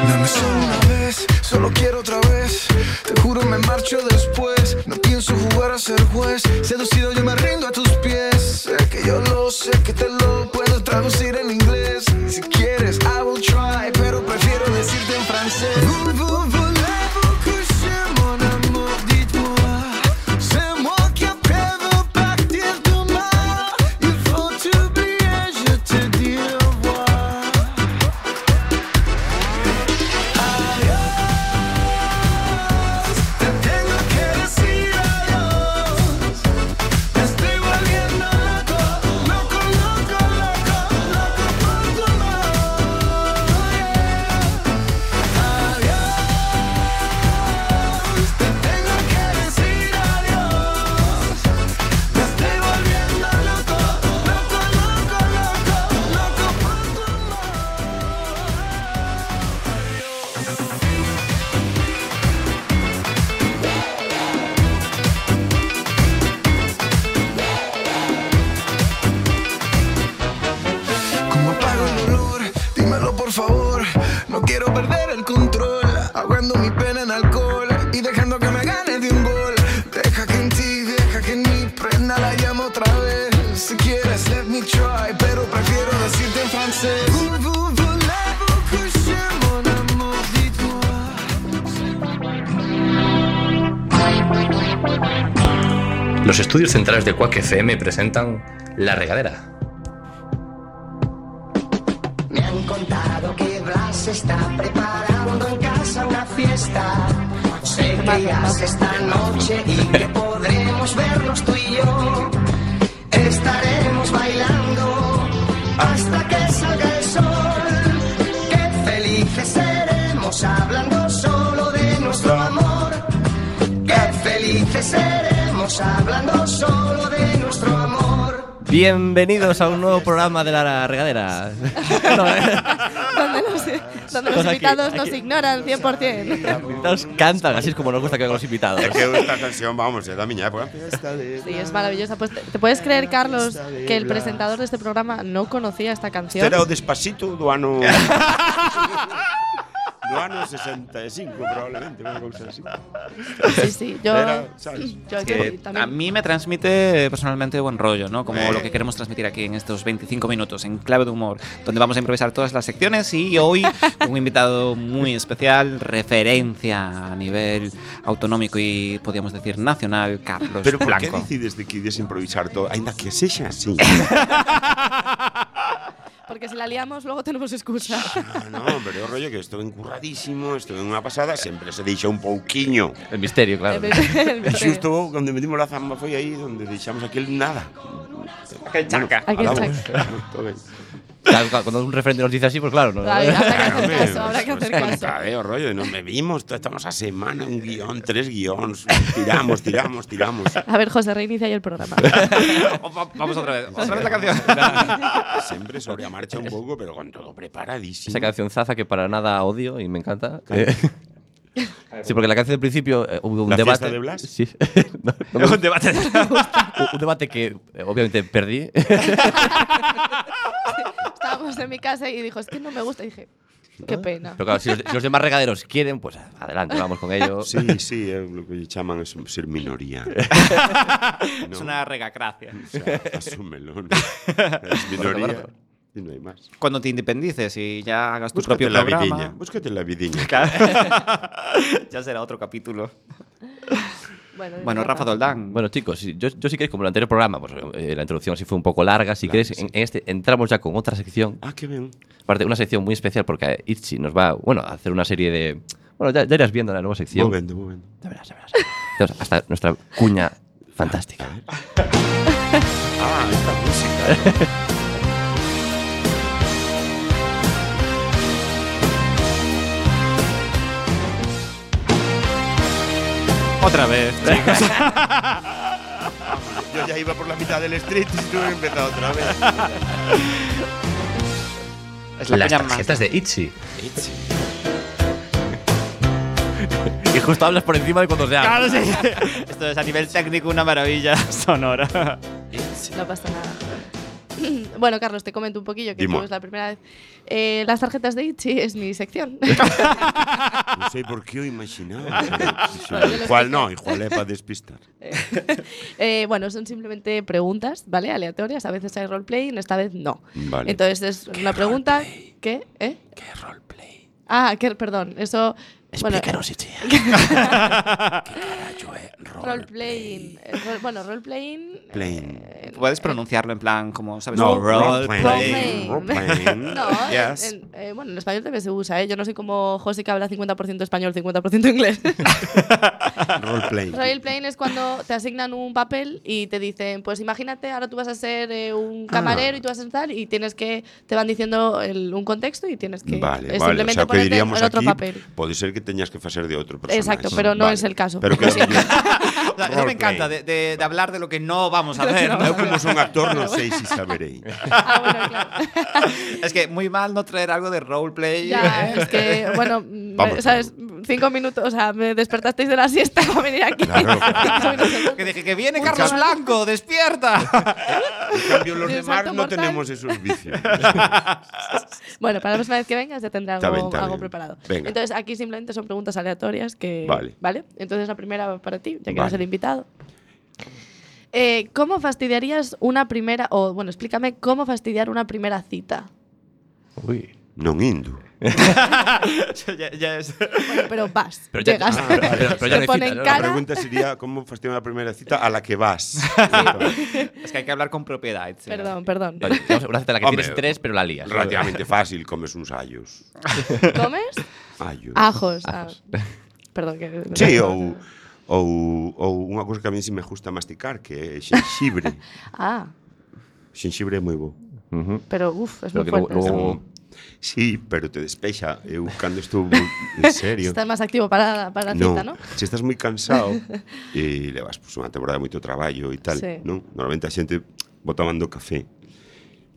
No me solo una vez, solo quiero otra vez. Te juro me marcho después. No pienso jugar a ser juez. Seducido yo me rindo a tus pies. Sé que yo lo sé, que te lo puedo traducir en inglés. Si quieres, I will try, pero prefiero decirte en francés. Vous, vous, voulez-vous coucher, mon amour? Dites-moi. C'est moi qui appelle vous partir demain. Il faut t'oublier, je te dis au revoir. Te tengo que decir adiós
Los estudios centrales de Quack FM presentan La Regadera.
Me han contado que Blas está preparando en casa una fiesta. Sé que ya es esta noche y que podremos vernos tú y yo. Estaremos bailando hasta que salga el sol. Qué felices seremos hablando solo de nuestro amor. Qué felices seremos hablando solo de nuestro amor.
Bienvenidos a un nuevo programa de la regadera. No, eh.
donde los, donde los
Pues Aquí,
invitados nos
aquí.
ignoran 100%.
Los invitados cantan, así es como nos gusta que hagan los invitados.
Es que esta canción, vamos, es ¿eh? de mi época.
Sí, es maravillosa. Pues, ¿te, te puedes creer, Carlos, que el presentador de este programa no conocía esta
Este
canción?
era o Despacito do ano... do ano 65, probablemente, unha cousa así.
Sí, sí, yo,
Era, sabes?
yo aquí
Que a
también.
mí me transmite eh, personalmente buen rollo, ¿no? Como lo que queremos transmitir aquí en estos 25 minutos en Clave de Humor, donde vamos a improvisar todas las secciones y hoy con un invitado muy especial, referencia a nivel autonómico y podríamos decir nacional, Carlos
Pero por que
Blanco.
decides de que ides improvisar todo? Ainda que sexa así.
Porque si la liamos, luego tenemos excusa.
Ah, no, pero o rollo que estou encurradísimo, estou en unha pasada, sempre se deixa un pouquiño.
El misterio, claro.
Eh,
E xusto onde metimos a zamba foi aí onde deixamos aquel nada.
Aquel chaca.
Aquel
Alamos.
chaca.
Todo ben.
Claro, claro, Cuando un referente nos dice así, pues claro, no.
Vale, habrá que hacer
Ah, Hombre,
caso, habrá que
pues,
hacer
pues,
caso.
contradeo, rollo, de no me vimos, to- estamos a semana, un guión, tres guións, tiramos, tiramos, tiramos.
A ver, José, reinicia ya el programa.
Vamos otra vez. Otra vez la
Siempre sobre a marcha un poco, pero con todo preparadísimo.
Esa canción zaza que para nada odio y me encanta. Eh, Sí, porque la canción del principio eh, hubo un
¿La
debate.
fiesta de Blas?
Sí. No, no me-
canción. Un debate.
un debate que eh, obviamente perdí.
Estábamos en mi casa y dijo, es que no me gusta. Y dije, qué pena.
Pero claro, si los, si los demás regaderos quieren, pues adelante, vamos con ello.
Sí, sí, é lo que lle chaman es un- ser minoría.
Es una regacracia.
O sea, asúmelo. ¿no? Es minoría
Correcto.
y no hay más.
Cuando te independices y ya hagas tu
Búscate
propio
la
programa.
vidiña, búscate la vidiña.
ya será otro capítulo.
Bueno,
Bueno, Rafa Doldán.
Bueno, chicos, si- yo, yo sí que como el anterior programa, pues eh, la introducción sí fue un poco larga. Si queréis, en, en este entramos ya con otra sección.
Ah, qué bien.
Aparte, una sección muy especial porque eh, Itchy nos va bueno, a hacer una serie de. Bueno, ya, ya irás viendo la nueva sección.
Movendo, movendo.
Ya verás, ya verás. Entonces, hasta nuestra cuña fantástica.
Ah, esta música.
Otra vez.
Yo ya iba por la mitad del street y tuve que empezar otra vez.
Es la
Las
cuña más
tarjetas de Itchy.
Y justo hablas por encima de cuando sea.
Claro, sí. Esto es a nivel técnico una maravilla sonora.
No pasa nada. Bueno, Carlos, te comento un poquillo, que
Dime.
tú es la primera vez. Eh, las tarjetas de Itchy es mi sección.
No sé por qué o imaginaba. pero
Bueno, yo lo
Igual no, igual es para despistar.
Eh, bueno, son simplemente preguntas, ¿vale? Aleatorias. A veces hay roleplaying, esta vez no.
Vale.
Entonces es una pregunta que... ¿eh? ¿Qué roleplay? Ah, que, perdón, eso... bueno, roleplaying. eh, rol- bueno, roleplaying...
Plain.
eh,
Puedes pronunciarlo en plan como, ¿sabes?
No,
Como role
roleplay.
play.
Roleplay.
Roleplay.
No,
Yes.
en- en- eh, bueno, en español también se usa, ¿eh? Yo no soy como José que habla 50% español, 50% inglés.
Roleplay.
Roleplaying es cuando te asignan un papel y te dicen, pues imagínate, ahora tú vas a ser eh, un
Ah.
camarero y tú vas a estar y tienes que, te van diciendo el- un contexto y tienes que
Vale,
eh,
vale. O
simplemente
sea, que
ponerte
diríamos
en otro
aquí,
papel.
pode ser que teñas que facer de outro personaje.
Exacto, pero no es el caso.
Pero que
Lo siento.
O sea, eso me
Roleplay.
encanta, de, de- de hablar de lo que no vamos a hacer.
eu
¿no?
como son actor non sei si saberei.
Ah, bueno, claro.
es que muy mal no traer algo de roleplay.
Ya, es que, bueno,
Vamos,
me- ¿sabes? Cinco minutos, o sea, me despertasteis de la siesta para venir aquí.
Claro, claro.
Soy nosotros.
Que dije que viene Carlos Blanco, despierta.
En cambio, los
Ni un
demás
salto
no
mortal.
tenemos esos vicios.
Bueno, para la próxima vez que vengas ya tendré algo,
Está bien, está
algo
bien.
preparado.
Venga.
Entonces, aquí simplemente son preguntas aleatorias que...
Vale.
Entonces, la primera va para ti, ya que
Vale.
eres el invitado. Eh, ¿Cómo fastidiarías una primera... o, bueno, explícame cómo fastidiar una primera cita?
Uy.
non indo.
ya, ya es.
Bueno, pero vas.
Pero ya-
llegas.
Ah, vale, pero- pero ya no
te
hay
ponen
cita, ¿no?
La
cara.
pregunta sería cómo fastidiar la primera cita a la que vas.
Es que hay que hablar con propiedad. sí.
Perdón, perdón.
Vale, digamos, Una cita en la que
Hombre,
tienes interés, pero la lías.
Relativamente fácil, comes uns allos.
¿Comes?
Allos.
Ajos. ah. Perdón. Que...
Sí, ou, ou, ou unha cousa que a mí si me gusta masticar, que é xenxibre.
Ah,
xenxibre é moi bo.
Ujú.
pero uff, es
Pero
muy
que luego-
fuerte.
luego-
Sí, pero te despexa. Eu cando estou moi- en serio.
Estás más activo para, para la cita, ¿no?
Se estás moi cansado e levas pues, unha temporada de moito traballo e tal,
Sí.
non? Normalmente a xente vou tomando café.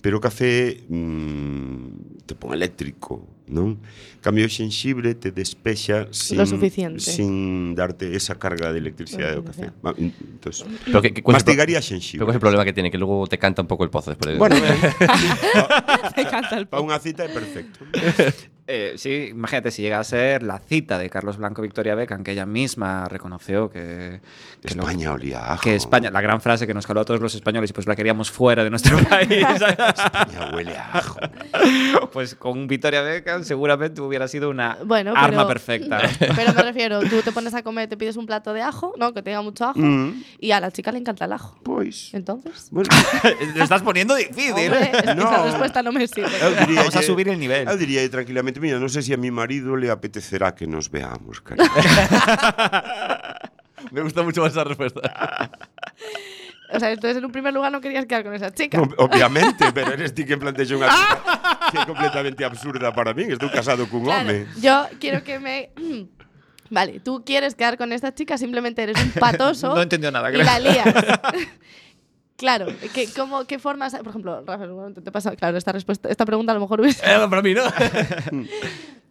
Pero o café mm, te pon eléctrico, non? En Cambio o xenxibre te despexa sin,
Lo suficiente.
sin darte esa carga de electricidade do café. Va, en- Entonces,
Pero que- que- cuál es el pro-
mastigaría
pero
xenxibre.
cuál es el problema que tiene, que luego te canta un poco el pozo después de...
Bueno,
Te encanta el
para unha cita é perfecto.
Eh, sí, imagínate si llega a ser la cita de Carlos Blanco y Victoria Beckham, que ella misma reconoció que, que lo-
España olía a ajo.
que España, la gran frase que nos caló a todos los españoles y pues la queríamos fuera de nuestro país.
España huele a ajo.
pues con Victoria Beckham seguramente hubiera sido una
Bueno, pero-
arma perfecta.
Pero me refiero, tú te pones a comer, te pides un plato de ajo, ¿no? Que tenga mucho ajo.
Mm,
Y a la chica le encanta el ajo.
pois.
Entonces.
Pues, Bueno,
Lo estás poniendo difícil.
hombre, es que
No.
esa respuesta no me sirve.
eu diría
Vamos a
que-
subir el nivel.
Eu diría tranquilamente, mira, non sei se a mi marido le apetecerá que nos veamos, cariño.
Me gusta mucho más esa respuesta.
O sea, entonces en un primer lugar no querías quedar con esa chica.
Ob- Obviamente, pero eres ti quen plantexou unha cita que é completamente absurda para min, estou casado cun
Claro,
home.
yo quiero que me. Vale, tú quieres quedar con esta chica, simplemente eres un patoso.
No entendió
Y
nada, creo.
la lías. claro, ¿qué, cómo, ¿qué formas.? Por ejemplo, Rafa, bueno, te, te pasa. Claro, esta, respuesta, esta pregunta a lo mejor hubiese.
Era para mí, ¿no?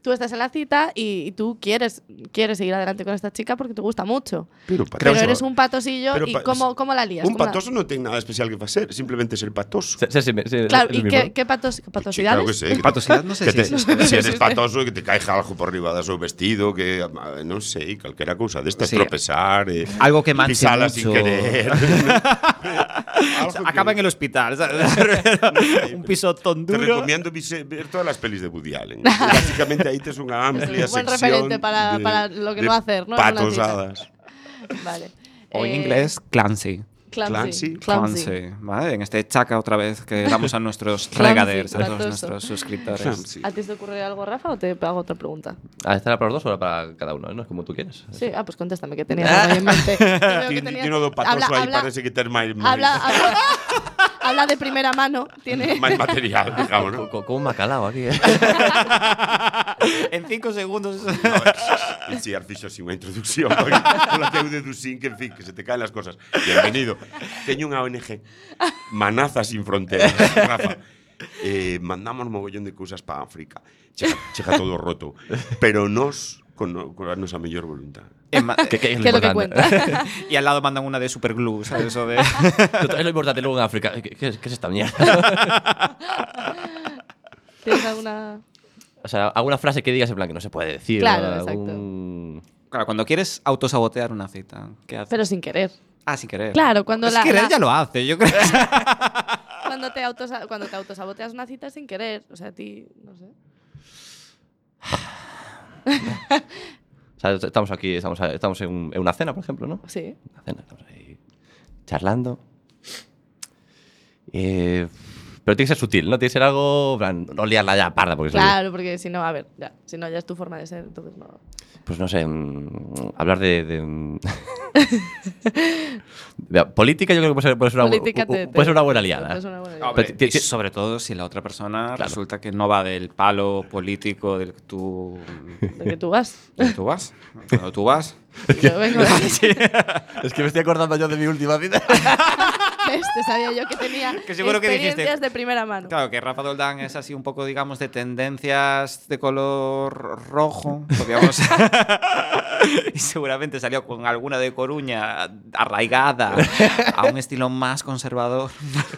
Tú estás en la cita y, y tú quieres, quieres seguir adelante con esta chica porque te gusta mucho.
Pero,
pero eres un patosillo
Pero
y
pa-
¿cómo, ¿cómo la lías?
un
¿Cómo la-
patoso non ten nada especial que facer, simplemente ser patoso.
Sí, sí, sí, sí,
Claro,
es
¿y
lo mismo.
qué, qué patos,
Sí,
patosidades?
claro que sí. que te-
Patosidad no sé si
que te-
existe.
Si eres
existe.
patoso e que te caiga algo por riba do seu vestido, que, ah, non sei, calquera cousa destas,
Sí.
tropezar, eh,
Algo que manche
pisala sin
mucho.
querer. Algo que-
Acaba en el hospital. ¿sabes? un pisotón
Te
duro.
recomiendo vise- ver todas las pelis de Woody Allen. Básicamente ahí tienes una amplia
Es un buen
sección
referente para-
de-
para lo que
de
no hacer, ¿no? En una cita.
Patosadas.
Vale.
O en
Eh,
inglés, Clancy.
Clumsy.
Clumsy.
Clumsy.
Clancy, ¿vale? En este chaca otra vez que damos a nuestros
Clancy,
regaders, a todos
platoso.
nuestros suscriptores.
Clumsy.
Pues, ¿A ti se te ocurre algo, Rafa, o te hago otra pregunta?
Ah, ¿Estará para los dos o para cada uno? ¿no? Es como tú quieras.
Sí, ah, pues contéstame, que tenías algo ahí en mente. Yo veo que
Tiene
tenías-
tiene do patoso ahí, parece que ten máis, máis-
habla, habla, habla de primera mano. Tiene,
máis material, digamos, ¿no?
Co- Como un macalao aquí, ¿eh?
en cinco segundos.
E si has fixo así unha introducción porque pola teu deducín que, en fin, que se te caen las cosas. Bienvenido. Teño unha ONG. Manazas sin fronteras, Rafa. Eh, mandamos mogollón de cousas para África. Chega, chega todo roto. Pero nos, con, no- con a nosa mellor voluntad.
En ma-
Que- que es
¿Qué es lo que
importante.
cuenta?
y al lado mandan una de superglue, ¿sabes? Eso de.
Total, es lo importante luego en África. ¿Qué, qué es, qué es esta mierda?
¿Tienes alguna...?
O sea, alguna frase que digas en plan que no se puede decir.
Claro,
¿no?
exacto.
Algún-
Claro, cuando quieres autosabotear una cita, ¿qué haces?
Pero sin querer.
ah, sin querer.
Claro, cuando
sin
la-
querer
la-
ya lo hace, yo creo.
Cuando te, autosa- cuando te autosaboteas una cita sin querer. O sea, a ti, no sé.
O sea, estamos aquí, estamos, estamos en, un- en una cena, por ejemplo, ¿no?
Sí.
Una cena, estamos ahí charlando. Eh, pero tiene que ser sutil, ¿no? Tiene que ser algo, en plan, no liarla ya parda, porque soy-
Claro, porque si no, a ver, ya. Si no, ya es tu forma de ser, entonces no.
pues no sé, mm, hablar de... de, mm, Vea, política yo creo que puede ser, puede ser, una, bu-
Política te-
u- puede ser una buena
Entonces
liada.
una buena idea.
Hombre,
Pero ti-
y
ti-
sobre todo si la otra persona
Claro.
resulta que no va del palo político del que tú,
De que tú vas.
del que tú vas. Cuando tú vas.
Yo vengo de aquí.
Es que me estoy acordando yo de mi última cita.
¿Ves? Te este, sabía yo que tenía
Que seguro que dijiste-
experiencias de primera mano.
Claro, que Rafa Doldán es así un poco, digamos, de tendencias de color rojo. Podríamos. y seguramente salió con alguna de Coruña arraigada a un estilo más conservador.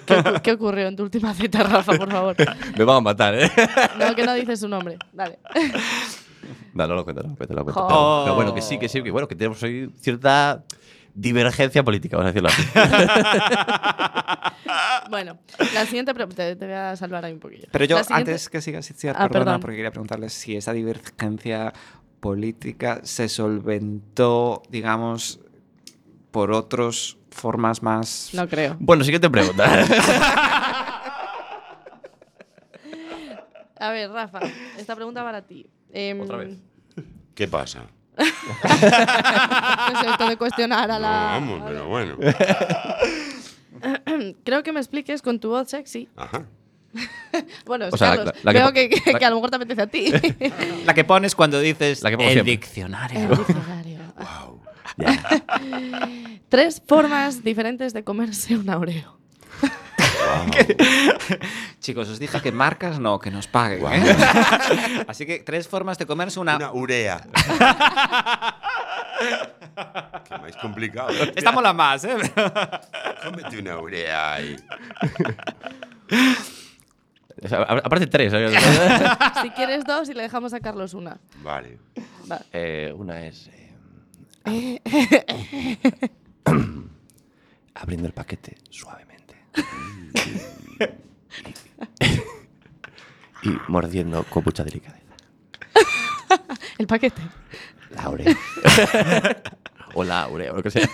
¿Qué, ocu- qué ocurrió en tu última cita, Rafa, por favor?
me van a matar, ¿eh?
No, que no dices su nombre. Dale.
No, no lo cuento, no lo cuento, no lo cuento.
Jo.
Pero, pero bueno, que sí, que sí, que bueno, que tenemos hoy cierta divergencia política, vamos a decirlo así.
Bueno, la siguiente pregunta. Te, te voy a salvar ahí un poquillo.
Pero yo,
La siguiente-
antes que sigas, Itziar,
Ah,
perdona,
perdón.
porque quería preguntarles si esa divergencia política se solventó, digamos, por otras formas más...
No creo.
bueno, siguiente pregunta.
A ver, Rafa, esta pregunta para ti. Em,
Otra vez.
¿Qué pasa?
No sé, esto de cuestionar a
No,
la.
vamos, pero bueno.
Creo que me expliques con tu voz sexy.
Ajá.
Bueno,
O sea,
Carlos,
la- la que
veo
po-
que, que-
la-
que a lo mejor te apetece a ti.
La que pones cuando dices
La que pongo
el
siempre".
diccionario.
El diccionario. Tres formas diferentes de comerse un Oreo.
Chicos, os dije que marcas no, que nos paguen.
Guau.
¿eh? Así que tres formas de comerse una...
Una urea. Qué más complicado.
Esta mola más, ¿eh?
Cómete una urea ahí.
O sea, a- Aparece tres. ¿eh?
Si quieres dos y le dejamos a Carlos una.
Vale.
Va.
Eh, una es. em, eh, abriendo el paquete suavemente. y, y mordiendo con mucha delicadeza.
El paquete.
La oreja. o la urea, o lo que sea.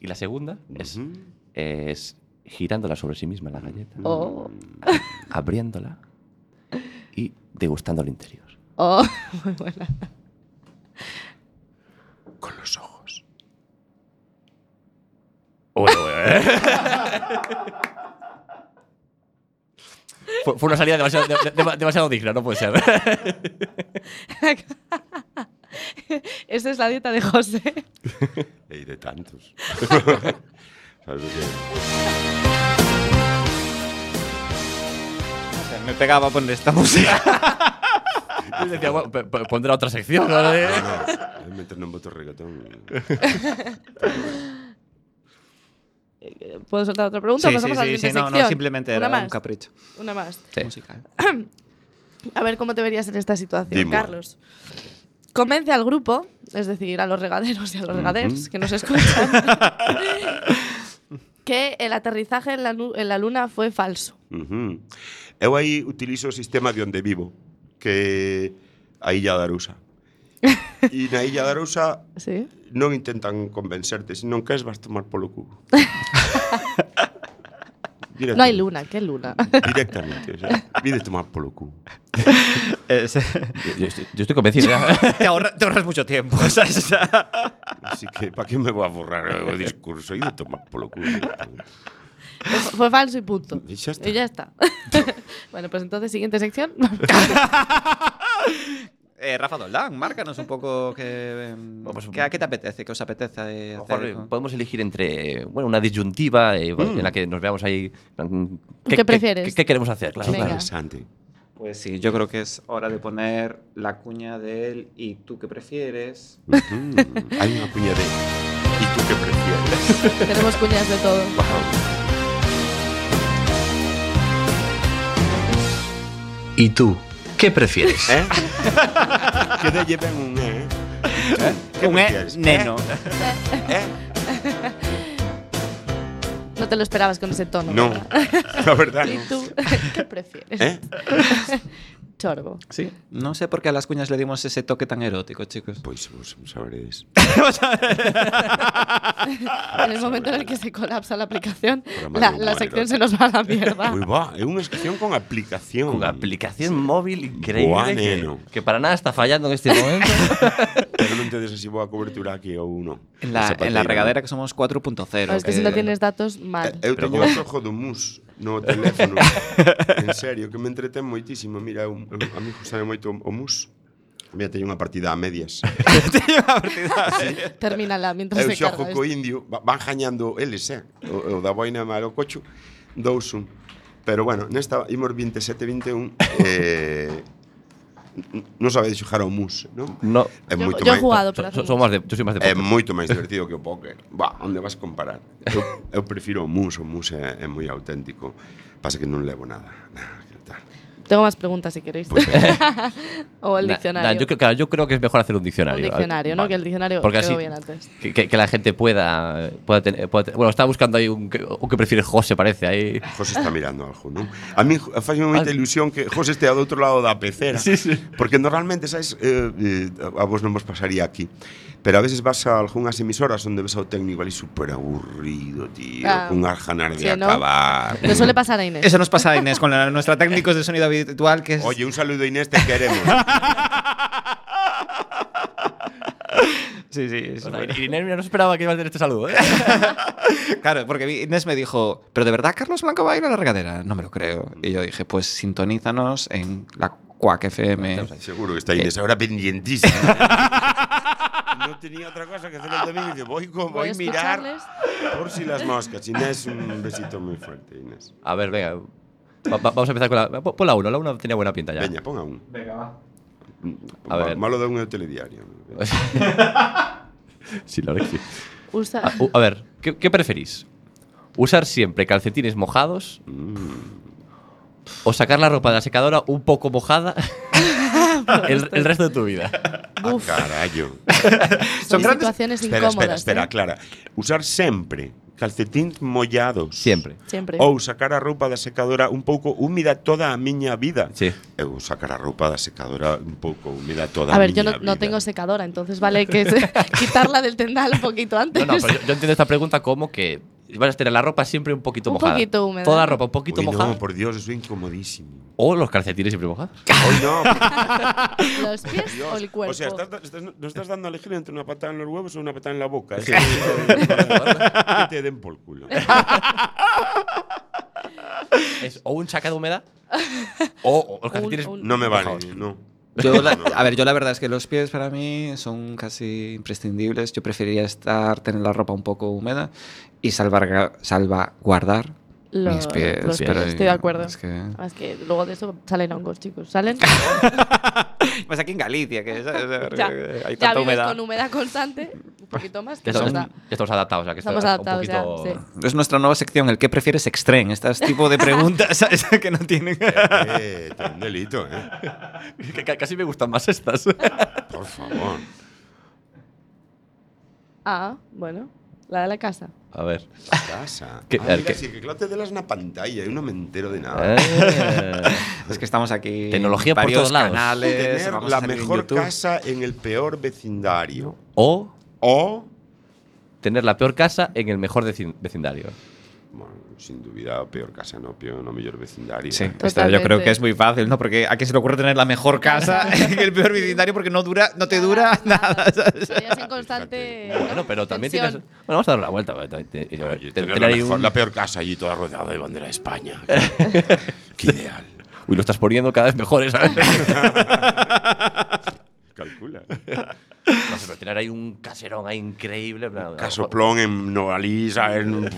y la segunda es,
Ujú.
es girándola sobre sí misma la galleta,
Oh,
abriéndola y degustando el interior.
oh, muy buena.
Con los ojos.
Fue, fue una salida demasiado, de- de- demasiado digna, no puede ser.
Esa es la dieta de José.
Y de tantos. ¿Sabes lo que?
Me pegaba poner esta música.
Yo decía, bueno, p- p- pondrá otra sección. ¿no?
Ay, Mientras no voto reggaetón.
¿Puedo soltar otra pregunta? o pasamos a la siguiente
no, no,
sección?
simplemente
una
era
más,
un capricho ¿eh?
Una más.
musical.
A ver cómo te verías en esta situación,
Dime.
Carlos. Convence al grupo, es decir, a los regaderos y a los regaders que nos escuchan, que el aterrizaje en la, nu- en la luna fue falso.
Ujú. Eu aí utilizo o sistema de onde vivo, que a Illa da Arousa. E na Illa da Arousa
¿Sí?
non intentan convencerte, senón que es vas tomar polo cubo.
No hay luna, ¿qué luna?
Directamente, o sea, vide tomar polo cubo.
Yo, yo estoy, yo estoy convencido. ya.
te, ahorra- te ahorras mucho tiempo, ¿sabes? O sea,
Así que, para que me vou a borrar o discurso? Ide tomar polo cubo. directamente.
fue falso y punto.
Y ya está.
Y bueno, pues entonces, siguiente sección.
Eh, Rafa Doldán, márcanos un poco que, em,
Vamos,
que- a qué te apetece, qué os apetece eh,
A lo
hacer.
mejor, eh,
con-
podemos elegir entre eh, bueno, una disyuntiva eh, en la que nos veamos ahí. mm,
¿Qué prefieres?
Qué, qué queremos hacer? Claro,
Venga.
claro.
Interesante.
Pues sí, yo creo que es hora de poner la cuña de él y tú qué prefieres.
Ujú. Hai unha puña de... E tú que prefieres?
Tenemos cuñas de todo.
¿Y tú? ¿Qué prefieres?
Eh? Que de lleven un eh? Que
Un eh,
prefieres?
neno.
No te lo esperabas con ese tono.
No,
¿verdad?
la verdad
¿Y
no.
tú qué prefieres?
¿Eh?
Chorbo.
Sí, no sé por qué a las cuñas le dimos ese toque tan erótico, chicos.
Pois vos saberedes. Ah,
En el momento en el que se colapsa la aplicación,
Programa
la,
de humor
la sección
erótico.
se nos va a la
Ah.
mierda.
Moi va, é unha sección con aplicación.
Con aplicación móvil increíble
Buah,
que,
neno.
que para nada está fallando en este momento.
Pero non tedes así boa cobertura aquí ou non.
En la,
Esa
en la
pateira,
regadera
non?
que somos 4.0.
No, Ah, es que si no tienes datos, mal.
Eh, Eu teño o ojo do mus no teléfono. en serio, que me entretén moitísimo. Mira, eu, eu- a mí gustame moito o mus. Mira, teño unha partida a medias. eh,
Termínala mientras
Eu
se carga.
xogo co indio, va- van jañando eles, eh? O, o da boina malo cocho, dous un. Pero bueno, nesta imos 27-21, eh, n- non sabedes xogar ao mus, non?
No,
É
Yo,
moito
yo he
máis,
jugado, pero
so-
hace
so- somos de, yo soy
Eh,
más de
É
poker.
moito máis divertido que o póker. Ba, onde vas comparar? Eu, eu prefiro o mus, o mus é, é moi auténtico. Pasa que non levo nada. Nada, que tal.
mucho. Tengo más preguntas si queréis. o el
Na-
diccionario.
na, yo, creo, claro, yo creo que es mejor hacer un
Un
diccionario.
diccionario, ¿no?
Vale.
Que el diccionario
Porque
quedó
así
bien antes.
que, que- que la gente pueda, pueda, tener, pueda tener- Bueno, estaba buscando ahí un que, un que prefiere José, parece. Ahí.
José está mirando algo, ¿no? A mí hace moita
Ah.
ilusión que José estea do outro lado da pecera.
Sí, sí.
Porque normalmente, sabes, eh, eh, a vos non vos pasaría aquí. Pero a veces vas a algunhas emisoras onde ves ao técnico ali super aburrido, tío,
Ah.
cunhas ganas
Sí,
de
¿no?
acabar.
Le suele pasar a Inés.
Eso nos pasa, Inés, con la- nuestra técnicos de sonido habitual, que es...
Oye, un saludo Inés, te queremos.
Sí, sí, es bueno.
Y Inés, mira, no esperaba que iba a tener este saludo. ¿eh?
Claro, porque vi- Inés me dijo, ¿pero de verdad Carlos Blanco va a ir a la regadera? No me lo creo. Y yo dije, pues sintonízanos en la Quack FM.
Seguro que está Inés ahora pendientísima. No tenía otra cosa que hacer el domingo y dice, voy, co- voy
Voy a
a mirar
escucharles.
por si las moscas. Inés, un besito muy fuerte, Inés.
A ver, venga. va- va- vamos a empezar con la. pon- Pon la 1, la 1 tenía buena pinta ya.
Veña, ponga un. Venga,
A
va.
ver.
Malo da un é o telediario.
Sí, la verdad que sí.
Usa.
Ah,
A, Ah, u- a ver, ¿qué, qué preferís? ¿Usar siempre calcetines mojados? ¿O sacar la ropa de la secadora un poco mojada el, el resto de tu vida?
Uf,
Carallo.
son situaciones
Ah, uh, espera, espera,
incómodas.
espera,
¿eh?
Clara. Usar sempre calcetín mollados.
Siempre.
Siempre.
Ou sacar a roupa da secadora un pouco húmida toda a miña vida.
Sí.
Eu sacar a roupa da secadora un pouco húmida toda
A
a,
ver, yo
miña
no, no
vida.
tengo secadora, entonces vale que se- quitarla del tendal un poquito
No,
antes.
no, pero yo, yo entiendo esta pregunta como que vas a tener la ropa siempre un poquito
Un
mojada.
poquito húmeda.
Toda la ropa un poquito
Oi,
mojada.
no, por Dios, eso é incomodísimo.
O los calcetines siempre mojados.
Oi, no, por
¿Los pies
Dios.
o el cuerpo?
O sea, estás, estás, no estás dando a elegir entre una patada en los huevos o una patada en la boca.
Sí.
que te den por culo.
Es o un chaca de humedad o, o los calcetines.
un-
No me vale,
mojados.
no.
Yo la- a ver, yo la verdad es que los pies para mí son casi imprescindibles. Yo preferiría estar, tener la ropa un poco húmeda y salvarga- salvaguardar
Lo-
mis pies.
los pies,
pero
estoy de acuerdo.
es que-
Ah, Es que luego de eso salen hongos, chicos. Salen.
Pues aquí en Galicia, que ¿sabes?
ya
eh, hay
ya
tanta
vives
humedad.
con humedad constante. Un poquito más.
Ya
Que
estamos,
ya está.
ya estamos adaptados. Ya que
Estamos
está un
adaptados ya,
poquito-
sí.
Es nuestra nueva sección, el que prefieres extreme. Este tipo de preguntas ¿sabes? que no tienen.
Eh, eh, un delito, ¿eh?
Que ca- casi me gustan más estas.
Por favor.
Ah, bueno. La de la casa.
A ver.
Casa.
Que-
ah,
a ver,
mira,
que-
sí, que claro te delas una pantalla, yo no me entero de
Eh.
nada.
Ah.
Es que estamos aquí.
Tecnología por
varios
todos lados.
canales,
Tener
Pues, vamos a
la
salir en
mejor
YouTube.
casa en el peor vecindario.
o
O,
tener la peor casa en el mejor vecin- vecindario.
bueno, sin duda, peor casa, no, peor, no mejor vecindario.
Sí,
Eh,
esto yo creo
Totalmente.
que es muy fácil, ¿no? Porque a quién se le ocurre tener la mejor casa en el peor vecindario porque no dura, no te dura nada. ¿sabes?
Estarías en constante.
Fíjate.
¿no?
Bueno, pero también tienes.
Tensión.
Bueno, vamos a dar una vuelta. porque también te- te-
oye,
te-
tener
tener
la,
ahí
mejor-
un-
la peor casa allí toda rodeada de bandera de España. Qué ideal.
Uy, lo estás poniendo cada vez mejor, ¿eh? ¿sabes?
Calcula.
No sé, pero tener ahí un caserón ahí increíble. en plan, a lo mejor-
Casoplón en Novalisa, en...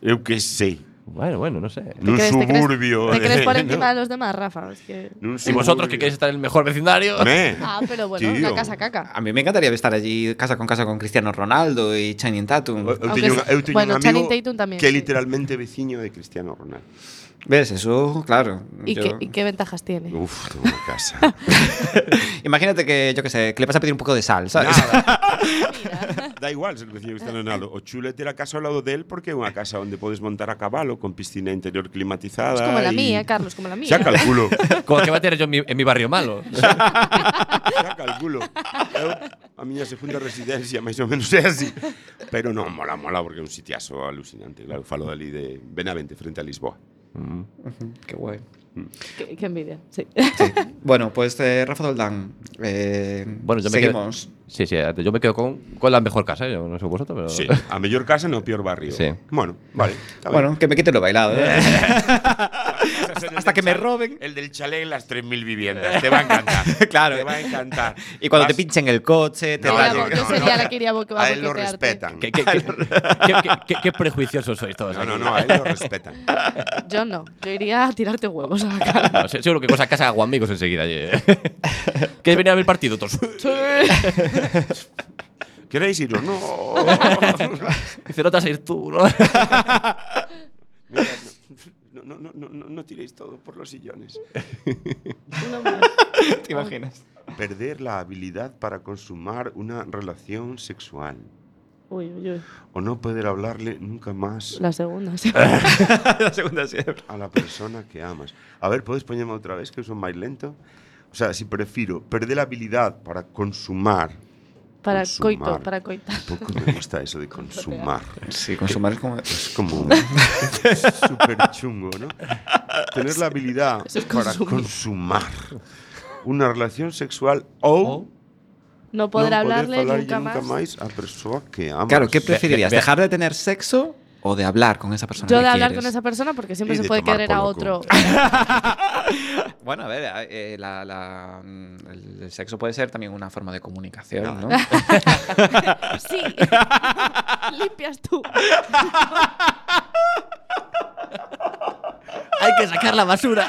Eu que sei.
Bueno, bueno, no sé.
Nun
¿Crees- te crees-
suburbio. eh,
Te crees por
¿no?
encima de los demás, Rafa. Es que...
Nun
Y vosotros que
suburbio.
queréis estar en el mejor vecindario.
Me.
Ah, pero bueno,
¿Eh? Tío.
una casa caca.
A mí me encantaría estar allí casa con casa con Cristiano Ronaldo y Channing Tatum.
Eu, eu
Aunque
teño, un-
se-
eu teño
bueno,
un
Channing
amigo
Tatum tamén,
que é
sí.
literalmente veciño de Cristiano Ronaldo.
¿Ves? Eso, claro.
¿Y,
yo-
qué, ¿Y qué ventajas tiene?
Uf, tengo una casa.
Imagínate que, yo qué sé, que le vas a pedir un poco de sal, ¿sabes?
da igual ser veciño de Cristiano Ronaldo. O chulo é ter a casa ao lado del porque é unha casa onde podes montar a cabalo con piscina interior climatizada.
Es Pues como la
e-
mía, Carlos, como la mía.
Xa calculo,
Como que va a tener yo en mi, en mi barrio malo.
xa calculo. Eu, a miña segunda residencia máis ou menos é así. Pero non, mola, mola, porque é un sitiazo alucinante. Claro, falo dali de Benavente, frente a Lisboa.
qué guay.
Qué, qué envidia. Sí.
Bueno, pues eh, Rafa Doldán, eh,
Bueno, yo me quedo.
seguimos.
Sí, sí, yo me quedo con, con la mejor casa, yo no sé vosotros, pero.
Sí, a mellor casa no peor barrio.
Sí.
Bueno, vale. está ben.
Bueno, que me quite lo bailado. ¿eh? Hasta que me roben.
El del chalet en las 3.000 viviendas. Te va a encantar.
Claro.
Te va a encantar.
Y cuando te
Vas-
pinchen el coche, te
No,
rayen.
no, no,
Yo sería la que iría a bo- a
A él lo
boquetearte.
respetan.
¿Qué, qué, qué, qué- qué- qué- qué prejuiciosos sois todos.
No,
aquí.
no, no, a él lo respetan.
Yo no. Yo iría a tirarte huevos a la cara.
No, se- seguro que cosa casa hago amigos enseguida. oye. ¿Queréis venir a ver el partido? Todos.
¿Queréis irnos? No.
Dice, no te vas a ir tú, ¿no?
Mira, No, no, no, no, no tiréis todo por los sillones.
Uno más.
¿Te imaginas?
Perder la habilidad para consumar una relación sexual.
Uy, uy, uy.
O no poder hablarle nunca más
La segunda. sí.
la segunda siempre.
a la persona que amas. A ver, ¿puedes ponerme otra vez que son más lento? O sea, si prefiero perder la habilidad para consumar.
Para
Consumar.
coito, para coitar.
Poco me gusta eso de consumar.
Sí, consumar es como.
Es como súper chungo, ¿no? Tener la habilidad
Eso es
para
consumir.
consumar una relación sexual o
No poder
no
hablarle
hablar
nunca, más.
a persona que amas.
Claro, ¿qué
prefieres?
preferirías?
ve-
¿Dejar de tener sexo o de hablar con esa persona?
Yo
que
de hablar
quieres?
con esa persona porque siempre
Y
se
de
puede
tomar
querer
por
a
loco.
otro.
Bueno, a ver, a- eh, la- la- mm, el, el sexo puede ser también una forma de comunicación, ¿no?
sí. Limpias tú.
Hay que sacar la basura.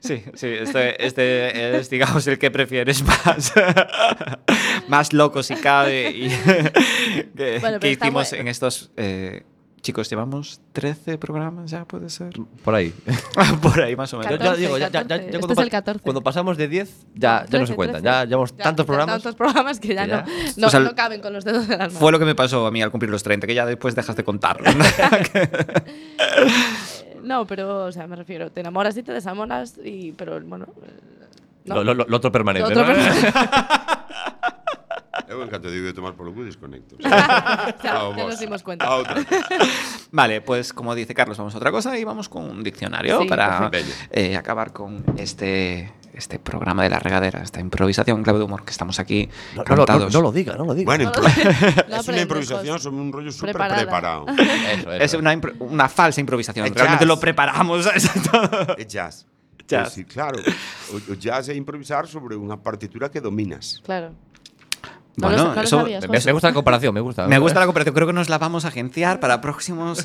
sí, sí, este, este es, digamos, el que prefieres más. más loco, si cabe. Y que,
Bueno, pero
que
está
hicimos
bueno.
en estos. eh, chicos, llevamos 13 programas ya, puede ser.
Por ahí.
Por ahí más o menos.
Ya- ya
14,
digo, ya- ya- ya- ya cuando
14. Este es el
pa-
14.
Cuando pasamos de 10, ya, ya no se
13,
cuentan.
13.
Ya llevamos
Ya,
tantos
ya
programas.
Tantos programas que ya,
que ya-
No, no,
O sea,
no caben con los dedos de las manos.
Fue lo que me pasó a mí al cumplir los 30, que ya después dejas de contarlo. ¿no?
No, pero, o sea, me refiero, te enamoras y te desamoras, y, pero bueno. eh, No.
Lo, lo- lo- lo otro permanente.
Lo otro
¿no?
permanente.
Yo en cuanto digo de tomar por loco desconecto.
O sea, ya nos dimos cuenta.
A otra.
Vale, pues como dice Carlos, vamos a otra cosa y vamos con un diccionario
Sí,
para
perfecto.
eh, acabar con este, este programa de la regadera, esta improvisación clave de humor que estamos aquí
No, no, no, no,
cantados.
no lo diga, no lo diga.
Bueno,
No,
impro-
no
es una
aprendes,
improvisación
José.
sobre un rollo súper
Preparada.
preparado.
Eso, eso.
Es una, impro- una falsa improvisación,
Eh,
realmente
jazz.
lo preparamos. ¿sabes?
Es jazz.
Jazz.
Sí, claro. O, o jazz es improvisar sobre una partitura que dominas.
Claro. No lo sa-
bueno,
no lo
eso
sabías,
me, me gusta la comparación, me gusta.
me gusta la cooperación, creo que nos la vamos a agenciar para próximos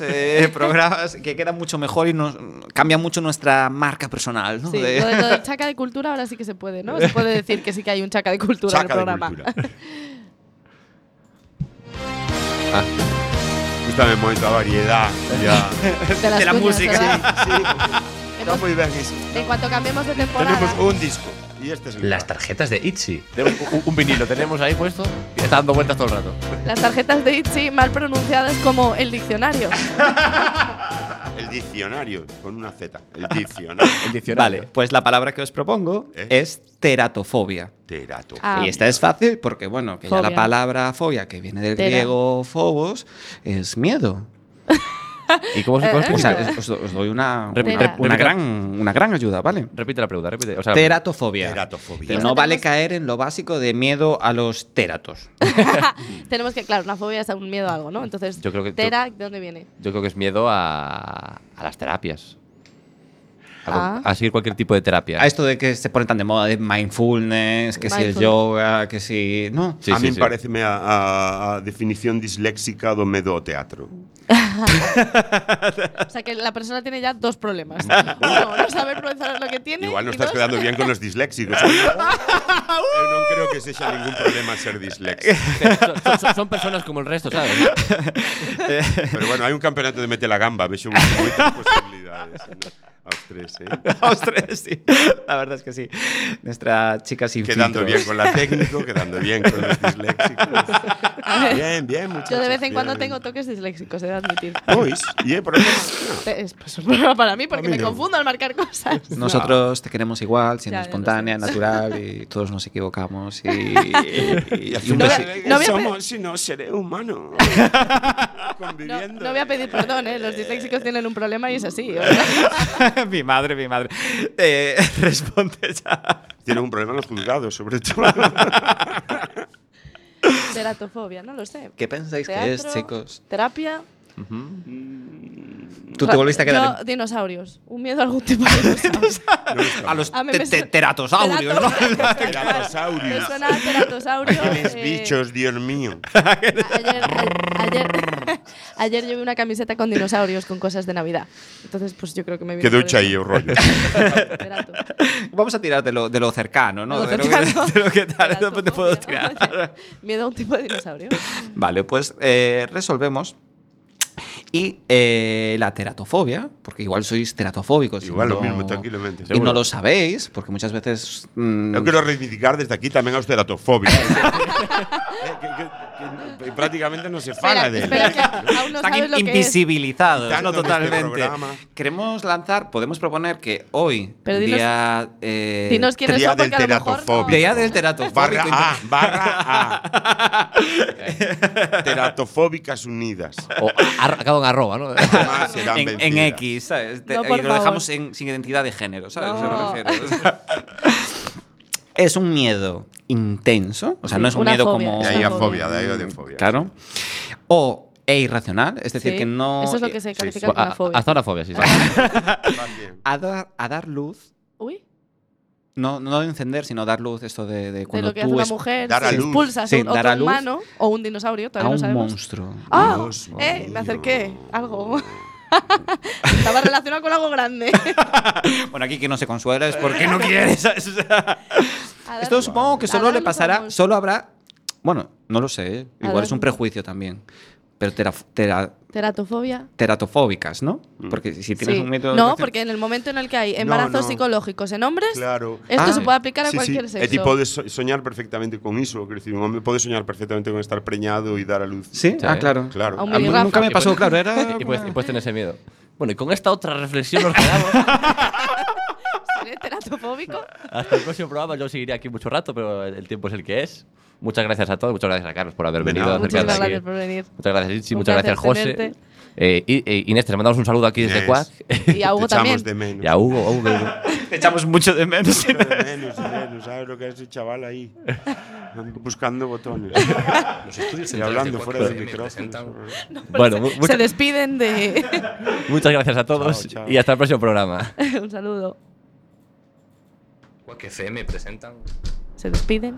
eh, programas que queda mucho mejor y nos cambia mucho nuestra marca personal. ¿no?
Sí,
De-
lo, de, lo del chaca de cultura ahora sí que se puede, ¿no? Se puede decir que sí que hay un chaca de cultura en el
Chaca de
programa.
cultura. Ah. Gústame mucho la variedad. Ya.
De, las
De la
cuñas,
música.
¿verdad?
Está muy bien eso.
En cuanto cambiemos de temporada.
Tenemos un disco. Y este es el
Las tarjetas de Itchy.
Tenemos un, un vinilo, tenemos ahí puesto y está dando vueltas todo el rato.
Las tarjetas de Itchy mal pronunciadas como el diccionario.
El diccionario, con una Z. El diccionario.
El diccionario.
Vale, pues la palabra que os propongo
¿Eh?
es teratofobia.
Terato.
Ah.
Y esta es fácil porque, bueno, que ya la
Fobia.
palabra fobia, que viene del
Tera.
griego phobos, es miedo.
¿Y cómo se
Eh,
construye?
O sea, es- os, do- os doy una,
Repi-
una-
rep-
una
repita.
gran, una gran ayuda, ¿vale?
repite la pregunta, repite. O sea,
Teratofobia. Y
Teratofobia.
no vale
Tenemos-
caer en lo básico de miedo a los teratos.
Tenemos que, claro, una fobia es un miedo a algo, ¿no? Entonces,
Yo creo que-
Tera, ¿de dónde viene?
Yo creo que es miedo a, a las terapias. A,
Ah.
a seguir cualquier tipo de terapia.
A este- esto de que se ponen tan de moda de mindfulness, que si el
Mindfulness.
yoga, que si. No.
Sí,
a
sí,
mí
sí.
parece a, a- a definición disléxica do medo ao teatro.
O sea, que la persona tiene ya dos problemas. Uno, no saber pronunciar lo que tiene.
Igual no
y
estás
dos-
quedando bien con los disléxicos. Eu non creo que sexa ningún problema ser disléxico.
Son, son- son personas como el resto, ¿sabes?
Pero bueno, hai un campeonato de mete la gamba, vexo un- moitas posibilidades. ¿no? Aos tres, eh?
Los tres, sí. La verdad es que sí. Nuestra chica sin
Quedando
filtros.
bien con la técnico, quedando bien con los disléxicos. Bien, bien, muchachos.
Yo de vez en
bien.
cuando tengo toques disléxicos, he de admitir.
Pois, e é problema.
Es pues, un problema para mí
A
porque
mí
me
no.
confundo al marcar cosas.
Nosotros te queremos igual, siendo
Ya, ya lo
espontánea,
sé.
natural y todos nos equivocamos. Y, y-
E
y un
No
no,
voy a-
besi-
que
no voy a
somos, sino seré humano.
No,
Conviviendo.
no voy a pedir perdón, ¿eh? Los disléxicos tienen un problema y es así.
mi madre, mi madre. Eh, responde ya.
Tienen un problema en los juzgados, sobre todo.
Teratofobia, no lo sé.
¿Qué pensáis que es,
Teatro,
chicos?
Terapia.
Tú te volviste a quedar
Yo, dinosaurios. Un miedo a algún tipo de dinosaurios.
en- a los
a mí
te-
me
te-
suena-
teratosaurios, ¿no?
Teratosaurios.
Me suena a teratosaurios.
Aquellos
eh,
bichos, Dios mío.
Ayer, a- ayer, ayer llevé una camiseta con dinosaurios, con cosas de Navidad. Entonces, pues yo creo que me vino
Quedou
por eso.
aí o rollo.
Terato.
Vamos a tirar de lo, de lo cercano, ¿no?
Lo
De lo que-
cercano.
de lo que tal,
Teratofobia.
te puedo tirar.
Miedo a un tipo de dinosaurio.
Vale, pues eh, resolvemos Y eh, la teratofobia, porque igual sois teratofóbicos. y
Igual lo
no-
mismo, tranquilamente,
Y no
seguro.
lo sabéis, porque muchas veces. mm,
Yo quiero reivindicar desde aquí también a usted la tofobia.
Eh,
prácticamente no se fala de él.
espera, que aún no
Están
sabes lo que es.
invisibilizados,
Quitando
¿no?
este
Totalmente.
programa.
Queremos lanzar, podemos proponer que hoy,
Pero dinos-
día, eh,
Dinos quiénes
Día
son, porque
del
a lo mejor no-
teratofóbico.
día del teratofóbico
Barra A,
inter-
barra A. Teratofóbicas Unidas.
O a- a- acabo en arroba, ¿no?
Jamás serán
en, en
vencidas.
X, ¿sabes? Te-
No,
y
por
lo
favor.
dejamos en- sin identidad de género, ¿sabes?
No.
A eso me refiero. O sea, es un miedo intenso, o sea, no es un
Una
miedo
fobia,
como. Mm,
De
es
ahí a
Una
fobia,
fobia.
de ahí a de fobia.
Claro. O e irracional, es decir,
Sí,
que no.
Eso es lo que se califica como
A-
una fobia.
Hasta ahora fobia, sí. sí.
Van bien.
A dar, a dar luz,
Uy,
no, no de encender, sino dar luz, esto de, de
de
cuando
lo que
tú
hace una
es-
mujer,
Dar a
si
luz.
expulsas
Sí,
un
dar
otro
a luz
humano o un dinosaurio,
a
todavía no
un
sabemos.
monstruo.
¡Ah!
Dios
eh, me
mío.
acerqué. Algo. Estaba relacionado con algo grande.
Bueno, aquí que no se consuela es porque no quiere. ¿sabes? O sea,
A dar-
Esto supongo que solo
Adán
le
lo
pasará,
sabemos.
solo habrá. Bueno, no lo sé, ¿eh? igual
Adán.
es un prejuicio también. Pero teraf- tera-
Teratofobia.
teratofóbicas, ¿no? Porque si tienes
Sí.
un método.
no, porque en el momento en el que hay embarazos
no.
psicológicos en hombres,
Claro.
esto
Ah.
se puede aplicar a
Sí,
cualquier
sí.
sexo.
E ti podes so- soñar perfectamente con iso, quero dicir, un home pode soñar perfectamente con estar preñado e dar a luz.
Sí, ah, claro.
Claro.
A un
A mí
Rafa.
nunca me
Y
pasó,
pues-
claro, era.
Y pues, y pues tener ese miedo. Bueno, y con esta otra reflexión nos quedamos.
¿Seré teratofóbico?
Hasta el próximo programa. Yo seguiré aquí mucho rato, pero el el tiempo es el que es. Muchas gracias a todos. Muchas gracias a Carlos por haber
De
venido.
nada.
a acercarse
Muchísimas
aquí.
gracias por venir.
Muchas gracias, Itzi.
Un
Muchas gracias,
placer
José. Eh, I- eh, Inés, te mandamos un saludo aquí desde
Inés.
Cuac.
Y a Hugo
Te echamos
también.
de menos.
Y a Hugo. a Hugo.
Te echamos mucho de menos.
Te echamos de menos, Inés, no sabes lo que es ese chaval ahí. Ando Buscando botones.
Los estudios
Y
centrales
hablando
de
fuera
4M
del micrófono.
presentan
bueno, mu-
Se
muchas-
despiden de.
muchas gracias a todos
Chao, chao.
y hasta el próximo programa.
Un saludo.
Quack FM presentan
Se despiden.